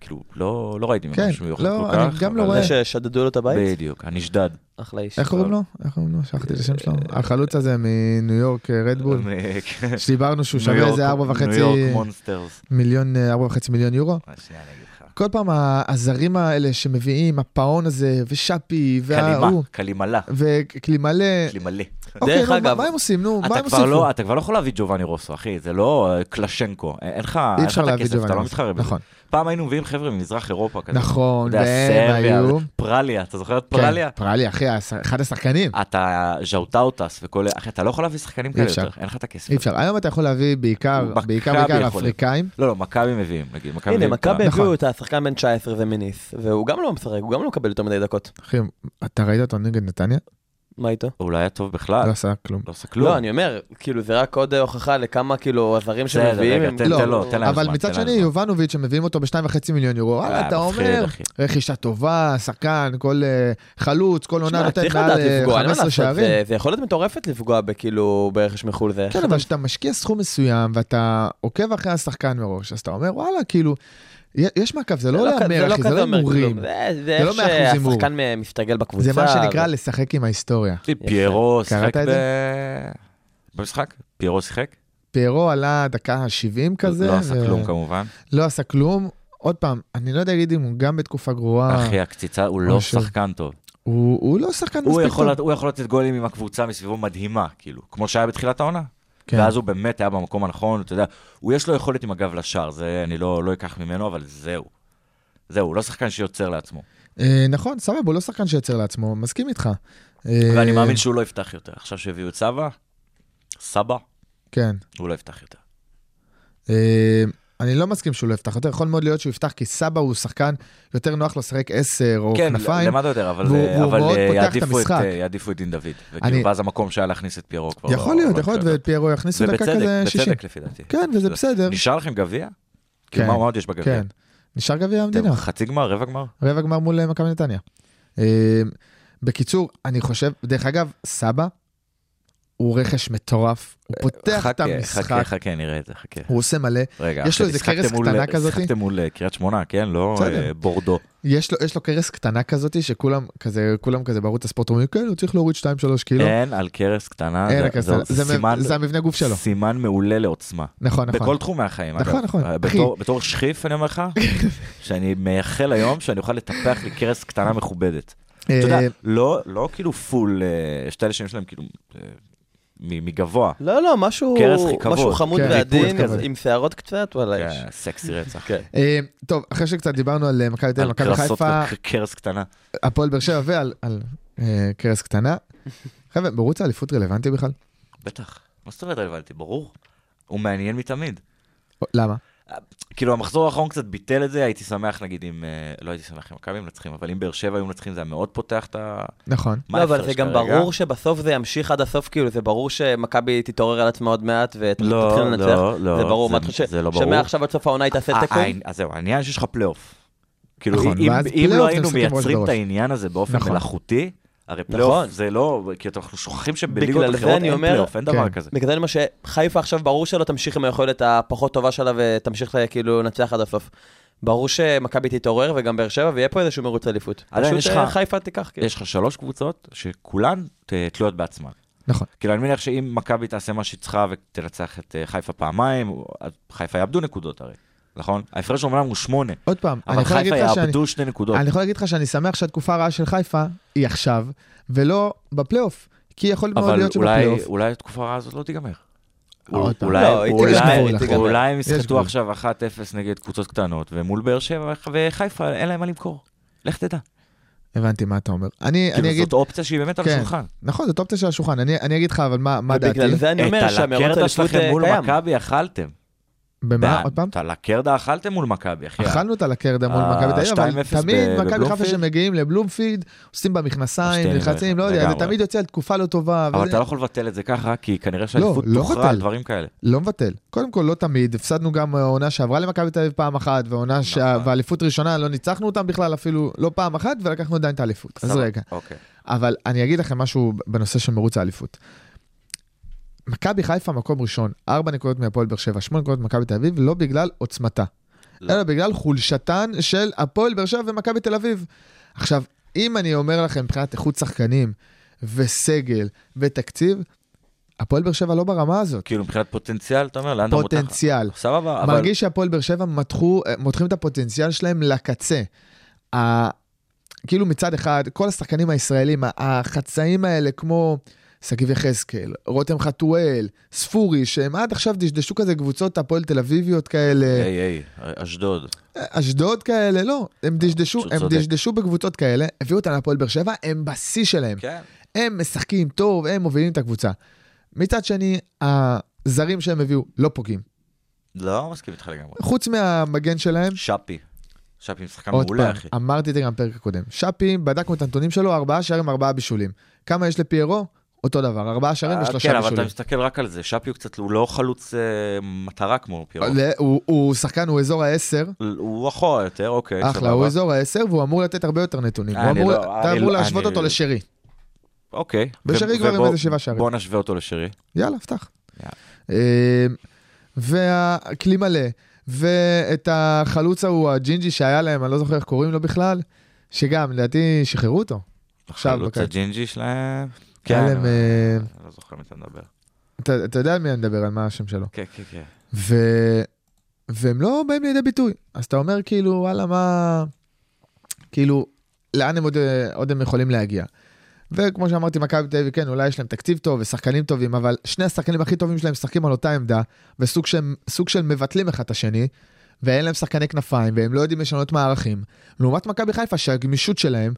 F: כאילו, לא לא ראיתי
E: כן,
F: ממנו שהוא יוכל
E: לא,
F: כל כך.
E: אני גם לא
F: אבל-
E: רואה.
G: זה ששדדו לו את הבית?
F: בדיוק, הנשדד.
G: אחלה איש.
E: איך קוראים לו? איך קוראים לו? שכחתי את השם שלו. החלוץ הזה מניו יורק אה, רדבול, שדיברנו שהוא
F: כן. אה, ניו
E: שווה
F: יורק-
E: איזה ארבע
F: ניו
E: וחצי
F: יורק מונסטרס.
E: מיליון, אה, ארבע וחצי מיליון יורו.
F: שנייה, אני אגיד לך.
E: כל פעם ה- הזרים האלה שמביאים, הפאון הזה, ושאפי,
F: קלימה,
E: וההוא,
F: קלימלה,
E: וקלימלה.
F: קלימלה.
E: אוקיי,
G: דרך
E: נו, מה
G: אגב,
E: מה הם עושים? נו, מה
F: אתה
E: הם
F: כבר,
E: עושים?
F: לא, אתה כבר לא יכול להביא ג'ובאני רוסו, אחי, זה לא אה, קלשנקו, אין- אין לך
E: אי
F: אין לך
E: אפשר
F: את
E: להביא
F: הכסף, אתה
E: ג'ובאני.
F: לא מתחרה בזה.
E: נכון,
F: פעם היינו מביאים חבר'ה ממזרח אירופה כזה.
E: נכון,
F: אתה יודע,
E: והם
F: סרביה,
E: היו...
F: פרליה, אתה זוכר את
E: כן,
F: פרליה?
E: פרליה, אחי, הש- אחד השחקנים.
F: אה. אתה ז'אוטאוטס וכל... אחי, אתה לא יכול להביא שחקנים
E: אי
F: כאלה
E: אפשר.
F: יותר, אין לך את הכסף.
E: אי אפשר. היום אתה יכול להביא בעיקר,
F: מכבי
E: בעיקר, בעיקר
F: יכול.
E: אפריקאים.
F: לא, לא, מכבי מביאים, נגיד, מכבי
G: הנה,
F: מביאים את ה-
G: מכבי
E: נכון.
G: הביאו את השחקן בן 19 ומיניס, והוא גם לא משחק, הוא גם לא מקבל יותר מדי דקות.
E: אחי, אתה ראית אותו נגד נתניה?
G: מה איתו?
F: אולי היה טוב
E: לא
F: בכלל,
E: עשה כלום.
F: לא עושה כלום.
G: לא, אני אומר, כאילו, זה רק עוד הוכחה לכמה, כאילו, הזרים
F: בסדר,
G: שמביאים...
F: רגע,
G: הם-
F: תן-
E: תן
F: לו, תן להם
E: אבל
F: זמן,
E: מצד
F: תן להם
E: שני,
F: זמן.
E: יובנוביץ', שמביאים אותו בשניים וחצי מיליון יורו, וואלה,
F: אה,
E: אתה
F: מפחיד,
E: אומר,
F: אחי.
E: רכישה טובה, שחקן, כל אה, חלוץ, כל
G: שמע,
E: עונה נותן
G: צריך
E: מעל
G: לדעת
E: אה,
G: לפגוע, אין מה
E: 15
G: לעשות,
E: שערים.
G: זה- זה יכולת מטורפת לפגוע בכאילו ברכש מחו"ל, זה... לא
E: כן, אבל כשאתה משקיע סכום מסוים ואתה עוקב אחרי השחקן מראש, אז אתה אומר, וואלה, כאילו, י- יש מעקב, זה לא
G: כ-
E: להמר, אחי, זה
G: כזה
E: לא
G: אומר כלום.
E: הימורים.
G: זה זה
E: זה
G: איך
E: לא מאה אחוז הימור.
G: שהשחקן מ- מסתגל בקבוצה.
E: זה מה שנקרא
G: ו-
E: לשחק עם ההיסטוריה.
F: תראי, פיירו
E: קראת
F: שיחק
E: את
F: ב... במשחק? פיירו שיחק?
E: פיירו עלה דקה ה-70 כזה.
F: לא עשה
E: ו-
F: כלום כמובן.
E: לא עשה כלום. עוד פעם, אני לא יודע להגיד אם הוא גם בתקופה גרועה,
F: אחי, הקציצה, הוא לא
E: משהו.
F: שחקן טוב.
E: הוא הוא לא שחקן
F: הוא
E: מספיק
F: יכול,
E: טוב.
F: לת- הוא יכול לתת גולים עם הקבוצה מסביבו מדהימה, כאילו, כמו שהיה בתחילת העונה.
E: כן.
F: כן. ואז הוא באמת היה במקום הנכון, אתה יודע, הוא יש לו יכולת עם הגב לשער, זה אני לא, לא אקח ממנו, אבל זהו. זהו, הוא לא שחקן שיוצר לעצמו.
E: אה, נכון, סבבה, הוא לא שחקן שיוצר לעצמו, מסכים איתך. אה,
F: ואני מאמין שהוא לא יפתח יותר. עכשיו שהביאו את סבא, סבא,
E: כן.
F: הוא לא יפתח יותר.
E: אה, אני לא מסכים שהוא לא יפתח יותר, יכול מאוד להיות שהוא יפתח, כי סבא הוא שחקן, יותר נוח לו לשחק 10 או
F: כן,
E: כנפיים.
F: למד יותר, אבל,
E: והוא-
F: אה,
E: והוא
F: אבל
E: מאוד
F: אה,
E: פותח את
F: יעדיפו את, אה,
E: המשחק.
F: יעדיפו את דין דוד. וכאילו,
E: אני-
F: ואז המקום שהיה להכניס את פיירו כבר...
E: יכול
F: לא-
E: להיות,
F: לא
E: יכול להיות,
F: אפשר.
E: ופיירו יכניסו דקה
F: ובצדק,
E: כזה 60.
F: בצדק לפי דעתי.
E: כן, וזה בסדר.
F: נשאר לכם גביע?
E: כן.
F: כן. מה מה עוד יש בגביע?
E: כן. לא- נשאר גביע
F: אתם
E: המדינה,
F: חצי גמר, רבע גמר?
E: רבע גמר מול אה, מכבי נתניה. אה, בקיצור, אני חושב, דרך אגב, סבא הוא רכש מטורף, הוא פותח את
F: אה, חכה,
E: המשחק,
F: חכה, חכה, נראה את זה, חכה.
E: הוא עושה מלא,
F: רגע,
E: יש לו
F: אתם
E: איזה
F: שיחקתם
E: קרס
F: מול-
E: קטנה כזאת?
F: שיחקתם מול אה, קריית שמונה, כן? לא
E: בסדר.
F: אה, בורדו.
E: יש לו, יש לו קרס קטנה כזאת שכולם כזה, כולם כזה בערוץ הספורט אומרים, כן, הוא צריך להוריד 2-3 קילו.
F: אין על קרס קטנה,
E: לא.
F: אה,
E: אין
F: זה-
E: לה קרס
F: זה-
E: קטנה.
F: זה
E: זה
F: סימן-
E: מב- זה המבנה גוף שלו.
F: סימן מעולה לעוצמה.
E: נכון, נכון.
F: בכל תחומי החיים, אגב.
E: נכון, נכון,
F: אה,
E: אחי.
F: בתור- בתור שכיף, אני אומר לך, שאני מייחל היום שאני אוכל לטפח לי קרס קטנה מכובדת.
E: אה,
F: אתה יודע, לא- לא כאילו פול, אה, יש את האלה שהם שלהם כאילו אה, מ- מגבוה.
G: לא, לא, משהו
F: קרס כבוד.
G: משהו חמוד
E: כן,
G: ועדין,
E: ריפוד כבוד.
G: עם שערות קצת,
E: לא,
G: וואלה, יש.
F: אה, סקסי רצח.
E: אה, טוב, אחרי שקצת דיברנו על אה, מכבי תל אביב,
F: על
E: מכבי
F: קרסות
E: חיפה,
F: וקרס קטנה.
E: הפועל באר שבע ועל על, אה, קרס קטנה. חבר'ה, ברוץ האליפות רלוונטי בכלל?
F: בטח. מה זאת אומרת רלוונטי? ברור. הוא מעניין מתמיד.
E: או, למה?
F: כאילו המחזור האחרון קצת ביטל את זה, הייתי שמח נגיד אם, אה, לא הייתי שמח אם מכבי מנצחים, אבל אם באר שבע היו מנצחים זה היה מאוד פותח את ה...
E: נכון.
F: מה
G: לא, אבל
F: ההפרש
G: זה גם
F: כרגע?
G: ברור שבסוף זה ימשיך עד הסוף, כאילו, זה ברור שמכבי תתעורר על עצמה עוד מעט ותתחיל
F: לא,
G: לנצח.
F: לא, לא,
G: זה ברור,
F: זה-
G: מה אתה חושב?
F: זה לא ברור.
G: שמעכשיו עד סוף העונה היא תעשה
F: אה,
G: תיקו?
F: העניין- אז זהו, העניין הוא שיש לך פלייאוף. כאילו,
E: נכון,
F: אם-
E: ואז
F: אם
E: פלייאוף
F: לא
E: זה
F: היינו
E: משחקים ראש
F: מייצרים
E: בראש.
F: את העניין הזה באופן
E: נכון.
F: מלאכותי, הרי
G: נכון.
F: פלייאוף זה לא, כי אנחנו שוכחים
G: בגלל
F: שבליגות
G: זה
F: אחרות
G: אני
F: אין
G: אומר-
F: פלייאוף, אין דבר
E: כן.
F: כזה.
G: בגלל זה אני אומר שחיפה עכשיו ברור שלא תמשיך עם היכולת הפחות טובה שלה ותמשיך אה, כאילו לנצח עד הסוף. ברור שמכבי תתעורר וגם באר שבע ויהיה פה איזשהו מירוץ אליפות.
F: עדיין
G: פשוט
F: יש
G: אה,
F: לך-
G: חיפה תיקח, כאילו.
F: יש לך שלוש קבוצות שכולן אה, תלויות בעצמן.
E: נכון.
F: כאילו, אני מניח שאם מכבי תעשה מה שהיא צריכה ותנצח את אה, חיפה פעמיים, או- אז חיפה יאבדו נקודות הרי, נכון? ההפרש אומנם הוא שמונה,
E: עוד פעם, אני
F: אבל
E: יכול להגיד
F: חיפה
E: לך שאני...
F: יאבדו שני נקודות.
E: אני יכול להגיד לך שאני שמח שהתקופה הרעה של חיפה היא עכשיו, ולא בפלייאוף. כי יכול מאוד
F: אבל
E: להיות
F: אולי,
E: שבפלייאוף...
F: אולי התקופה הרעה הזאת לא תיגמר.
E: עוד פעם.
F: אולי-
G: לא, היא
F: אולי-
E: תיגמר, היא
G: תיגמר.
F: אולי הם
E: יש
F: יסחטו
E: גבול.
F: עכשיו 1-0 נגד קבוצות קטנות, ומול באר שבע וחיפה אין להם מה למכור. לך תדע.
E: הבנתי מה אתה אומר. אני אני
F: כאילו,
E: אגיד,
F: זאת אופציה שהיא באמת על
E: כן.
F: השולחן.
E: נכון, זאת אופציה של השולחן, אני אני אגיד לך, אבל מה מה דעתי?
G: ובגלל זה אני אומר
F: את
G: שהמרוץ
F: הלקרדה
G: האליפות
F: שלכם מול
G: קיים.
F: מכבי אכלתם.
E: במה,
F: די,
E: עוד פעם?
F: את הלקרדה אכלתם מול מכבי, אחי.
E: אכלנו את הלקרדה מול
F: ה-
E: מכבי תל אביב,
F: 2-0
E: אבל תמיד
F: אה, ב-
E: מכבי חיפה
F: בבלומפילד?
E: שמגיעים לבלומפילד, עושים במכנסיים,
F: שתי-
E: נלחצים, לא יודע, זה
F: לגמרי.
E: תמיד יוצא על תקופה לא טובה.
F: אבל
E: וזה-
F: אתה לא יכול לבטל את זה ככה, כי כנראה שהאליפות
E: לא
F: תוכרע על
E: בטל.
F: דברים כאלה.
E: לא מבטל. קודם כל, לא תמיד. הפסדנו גם אה, עונה שעברה למכבי תל אביב פעם אחת, ועונה ש-
F: נכון.
E: ואליפות ראשונה, לא ניצחנו אותם בכלל אפילו לא פעם אחת, ולקחנו עדיין את האליפות. אז
F: סבבה.
E: רגע.
F: אוקיי.
E: אבל אני אגיד לכם משהו בנושא של מרוץ האליפות. מכבי חיפה מקום ראשון, 4 נקודות מהפועל באר שבע, 8 נקודות ממכבי תל אביב, לא בגלל עוצמתה.
F: לא.
E: לא. אלא בגלל חולשתן של הפועל באר שבע ומכבי תל אביב. עכשיו, אם אני אומר לכם מבחינת איכות שחקנים וסגל ותקציב, הפועל באר שבע לא ברמה הזאת.
F: כאילו מבחינת פוטנציאל, אתה אומר, לאן אתה מותח?
E: פוטנציאל.
F: סבבה, אבל...
E: מרגיש שהפועל באר שבע מתחו, אה, מותחים את הפוטנציאל שלהם לקצה. ה... כאילו מצד אחד, כל השחקנים הישראלים, החצאים האלה כמו שגיב יחזקאל, רותם חתואל, ספורי, שהם עד עכשיו דשדשו כזה קבוצות הפועל תל אביביות כאלה,
F: היי, היי, אשדוד.
E: אשדוד כאלה, לא, הם דשדשו,
F: אה, פשוט
E: הם
F: צודק.
E: דשדשו בקבוצות כאלה, הביאו אותם להפועל באר שבע, הם בשיא שלהם.
F: כן.
E: הם משחקים טוב, הם מובילים את הקבוצה. מצד שני, הזרים שהם הביאו לא פוגעים.
F: לא מסכים איתך לגמרי.
E: חוץ מהמגן שלהם,
F: שפי. שפי משחקן
E: עוד
F: מעולה, אחי.
E: פעם, אמרתי את זה גם בפרק הקודם. שפי, בדקנו את הנתונים שלו, ארבעה שערים, ארבעה בישולים. כמה יש לפיירו? אותו דבר, ארבעה שערים
F: אה,
E: ושלושה
F: כן, אבל אתה
E: בישולים.
F: מסתכל רק על זה. שפי הוא קצת, הוא לא חלוץ אה, מטרה כמו פירו.
E: ל- הוא- הוא שחקן, הוא אזור העשר,
F: הוא אחורה יותר, אוקיי.
E: אחלה,
F: אה, סבבה.
E: הוא אזור העשר, והוא אמור לתת הרבה יותר נתונים.
F: אני
E: הוא אמור-
F: לא-
E: אתה
F: אני
E: אמור
F: לא-
E: להשוות
F: אני-
E: אותו לשרי.
F: אוקיי.
E: ושרי
F: ו-
E: כבר עם
F: ובוא-
E: איזה שבעה שערים.
F: בוא נשווה אותו לשרי.
E: יאללה, פתח. אמ, והכלי מלא, ואת החלוץ ההוא, הג'ינג'י שהיה להם, אני לא זוכר איך קוראים לו בכלל, שגם, לדעתי, שחררו אותו. עכשיו,
F: החלוץ
E: בקיץ.
F: הג'ינג'י שלהם.
E: היה להם,
F: אבל-
E: אוקיי. אה,
F: אני לא זוכר מי אתה מדבר.
E: אתה אתה יודע על מי אני מדבר, על מה השם שלו.
F: כן, כן, כן.
E: ו... והם לא באים לידי ביטוי. אז אתה אומר כאילו, וואלה, מה... כאילו, לאן הם עוד, עוד הם יכולים להגיע? וכמו שאמרתי, מכבי תל אביב, כן, אולי יש להם תקציב טוב ושחקנים טובים, אבל שני השחקנים הכי טובים שלהם משחקים על אותה עמדה, וסוג שהם, סוג של מבטלים אחד את השני, ואין להם שחקני כנפיים, והם לא יודעים לשנות מערכים. לעומת מכבי חיפה, שהגמישות שלהם,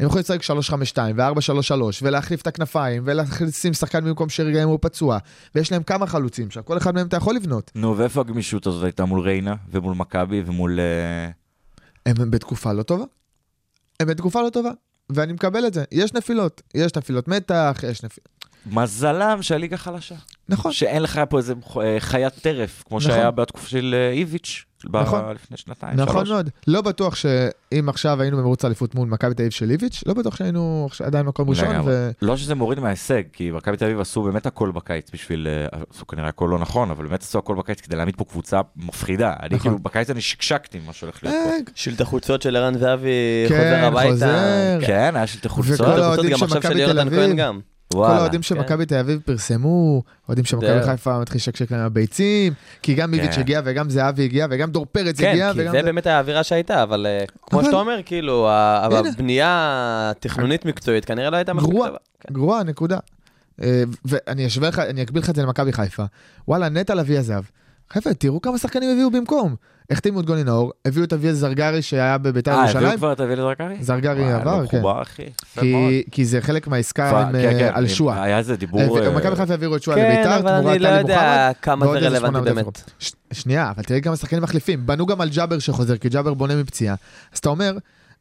E: הם יכולים לשחק 352 ו-433, ולהחליף את הכנפיים, ולשים שחקן במקום שרגעים הוא פצוע, ויש להם כמה חלוצים, עכשיו כל אחד מהם אתה יכול לבנות.
F: נו, ואיפה הגמישות הזאת הייתה מול ריינה, ומול מכבי, ומול... אה,
E: הם בתקופה לא טובה. הם בתקופה לא טובה, ואני מקבל את זה. יש נפילות, יש נפילות מתח, יש נפילות...
F: מזלם שהליגה חלשה.
E: נכון,
F: שאין לך פה איזה אה, חיית טרף, כמו
E: נכון.
F: שהיה בתקופה של אה, איביץ', ב-
E: נכון.
F: לפני שנתיים, אה, שלוש.
E: נכון מאוד. לא בטוח שאם עכשיו היינו במרוץ האליפות מול מכבי תל אביב של איביץ', לא בטוח שהיינו עכשיו עדיין מקום ראשון,
F: לגמרי.
E: ו...
F: לא שזה מוריד מההישג, כי מכבי תל אביב עשו באמת הכל בקיץ בשביל, אה, עשו כנראה הכל לא נכון, אבל באמת עשו הכל בקיץ כדי להעמיד פה קבוצה מפחידה. אני
E: נכון. אה,
F: כאילו, בקיץ אני שקשקתי ממה שהולך להיות פה.
G: שילד החוצות של ערן זהבי חוזר
E: כן,
G: הביתה.
E: חוזר.
F: כן, היה שלטי חולצות.
E: וכל
G: שילד החוצות
E: האוהדים
G: גם
E: של
G: עכשיו של
E: מכבי
G: יונתן
E: תל
G: כהן
E: אביב.
G: גם.
E: כל
F: וואלה.
E: האוהדים של
G: כן.
E: מכבי תל אביב פרסמו, אוהדים של מכבי
G: זהו.
E: חיפה מתחיל לשקשק להם הביצים, כי גם איביץ'
F: כן.
E: הגיע וגם זהבי הגיע וגם דור פרץ הגיע
G: כן, כי
E: וגם...
G: זה באמת האווירה שהייתה, אבל אה, כמו
E: אבל-
G: שאתה אומר, כאילו, ה-
E: הנה.
G: הבנייה התכנונית מקצועית כנראה לא הייתה מספיק
E: גרועה.
G: טובה. כן.
E: גרועה, נקודה. אה, ואני אשווה לך, אני אקביל לך את זה למכבי חיפה. וואלה, נטע לביא עזב. חבר'ה, תראו כמה שחקנים הביאו במקום. החתימו את גוני נאור, הביאו את אביאל זרגרי שהיה בביתר
F: אה, הביאו
E: ירושלים.
F: כבר את אביאל זרגרי?
E: זרגרי
F: וואלה,
E: עבר,
F: לא
E: כן.
F: מחובר, אחי. יפה מאוד.
E: כי- כי זה חלק מהעסקה עם,
F: כבר- כן,
E: אה,
F: כן,
E: על שועה.
F: היה איזה דיבור... אה,
E: אה, מכבי חיפה העבירו את שועה
G: כן,
E: לביתר,
G: אבל אני
E: תמורת
G: לא
E: טלי מוחמד.
G: יודע כמה
E: ועוד
G: זה
E: איזה
G: רלוונטי
E: 800
G: באמת.
E: ש- שנייה, אבל תראה כמה שחקנים מחליפים. בנו גם על ג'אבר שחוזר, כי ג'אבר בונה מפציעה. אז אתה אומר,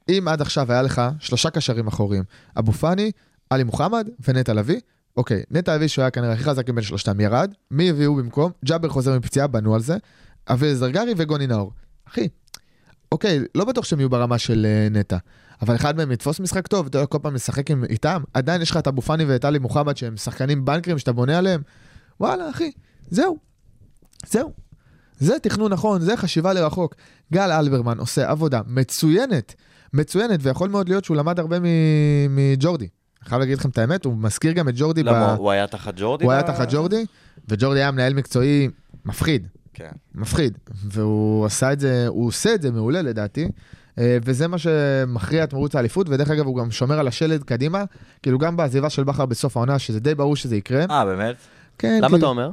E: אם עד עכשיו היה לך שלושה קשרים אחוריים, אבו פאני, עלי מוחמד ונטע לביא, אוקיי, נטע לביא שהוא היה כנראה הכי חזק מבין שלושתם ירד, מי הביאו במקום? ג'אבר חוזר מפציעה, בנו על זה, אביל זרגרי וגוני נאור. אחי, אוקיי, לא בטוח שהם יהיו ברמה של אה, נטע. אבל אחד מהם יתפוס משחק טוב, אתה יודע, כל פעם לשחק עם- איתם, עדיין יש לך את אבו פאני ואת עלי מוחמד שהם שחקנים בנקרים שאתה בונה עליהם. וואלה, אחי, זהו. זהו. זה תכנון נכון, זה חשיבה לרחוק. גל אלברמן עושה עבודה מצוינת, מצוינת, ויכול מאוד להיות שהוא למד הרבה מ- מג'ורדי. אני חייב להגיד לכם את האמת, הוא מזכיר גם את ג'ורדי.
F: למה,
E: ב-
F: הוא היה תחת ג'ורדי?
E: הוא היה
F: ב-
E: תחת ג'ורדי, וג'ורדי היה מנהל מקצועי מפחיד,
F: כן.
E: מפחיד. והוא עשה את זה, הוא עושה את זה מעולה לדעתי, אה, וזה מה שמכריע את מרוץ האליפות, ודרך אגב הוא גם שומר על השלד קדימה, כאילו גם בעזיבה של בכר בסוף העונה, שזה די ברור שזה יקרה.
F: אה, באמת?
E: כן,
G: למה
E: כאילו-
G: אתה אומר?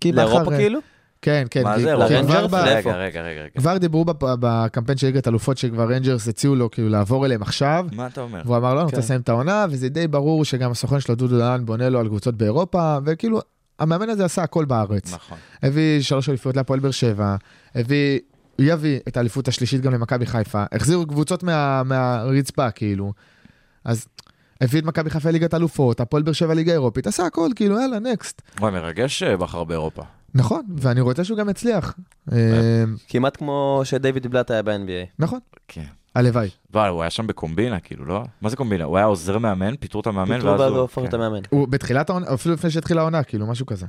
E: כי בכר-
G: לאירופה כאילו?
E: כן, כן.
F: מה
E: כי-
F: זה,
E: כי
F: רנג'רס?
E: כבר ב-
F: רגע, רגע, רגע. רגע.
E: כבר דיברו בפ- בקמפיין של ליגת אלופות שכבר רנג'רס הציעו לו כאילו לעבור אליהם עכשיו.
F: מה אתה אומר?
E: והוא אמר לא, אני רוצה
G: כן.
E: לסיים את העונה, וזה די ברור שגם הסוכן שלו דודו דהן בונה לו על קבוצות באירופה, וכאילו, המאמן הזה עשה הכל בארץ.
F: נכון.
E: הביא שלוש אליפויות להפועל באר שבע, הביא, יביא את האליפות השלישית גם למכבי חיפה, החזירו קבוצות מה, מהרצפה כאילו, אז הביא את מכבי חיפה ליגת אלופות, הפועל באר שבע ליגה אירופית, עשה הכל כאילו יאללה נקסט.
F: וואי, מרגש שבחר באירופה.
E: נכון, ואני רוצה שהוא גם יצליח. אה,
G: כמעט כמו שדייוויד בלאט היה ב-NBA.
E: נכון,
F: כן.
E: הלוואי.
F: וואי, הוא היה שם בקומבינה, כאילו, לא? מה זה קומבינה? הוא היה עוזר מאמן, פיטרו את המאמן,
G: פיטרו
F: ואז
G: בה
F: הוא...
G: והפך
F: כן.
G: את המאמן.
E: הוא בתחילת העונה, אפילו לפני שהתחילה העונה, כאילו משהו כזה.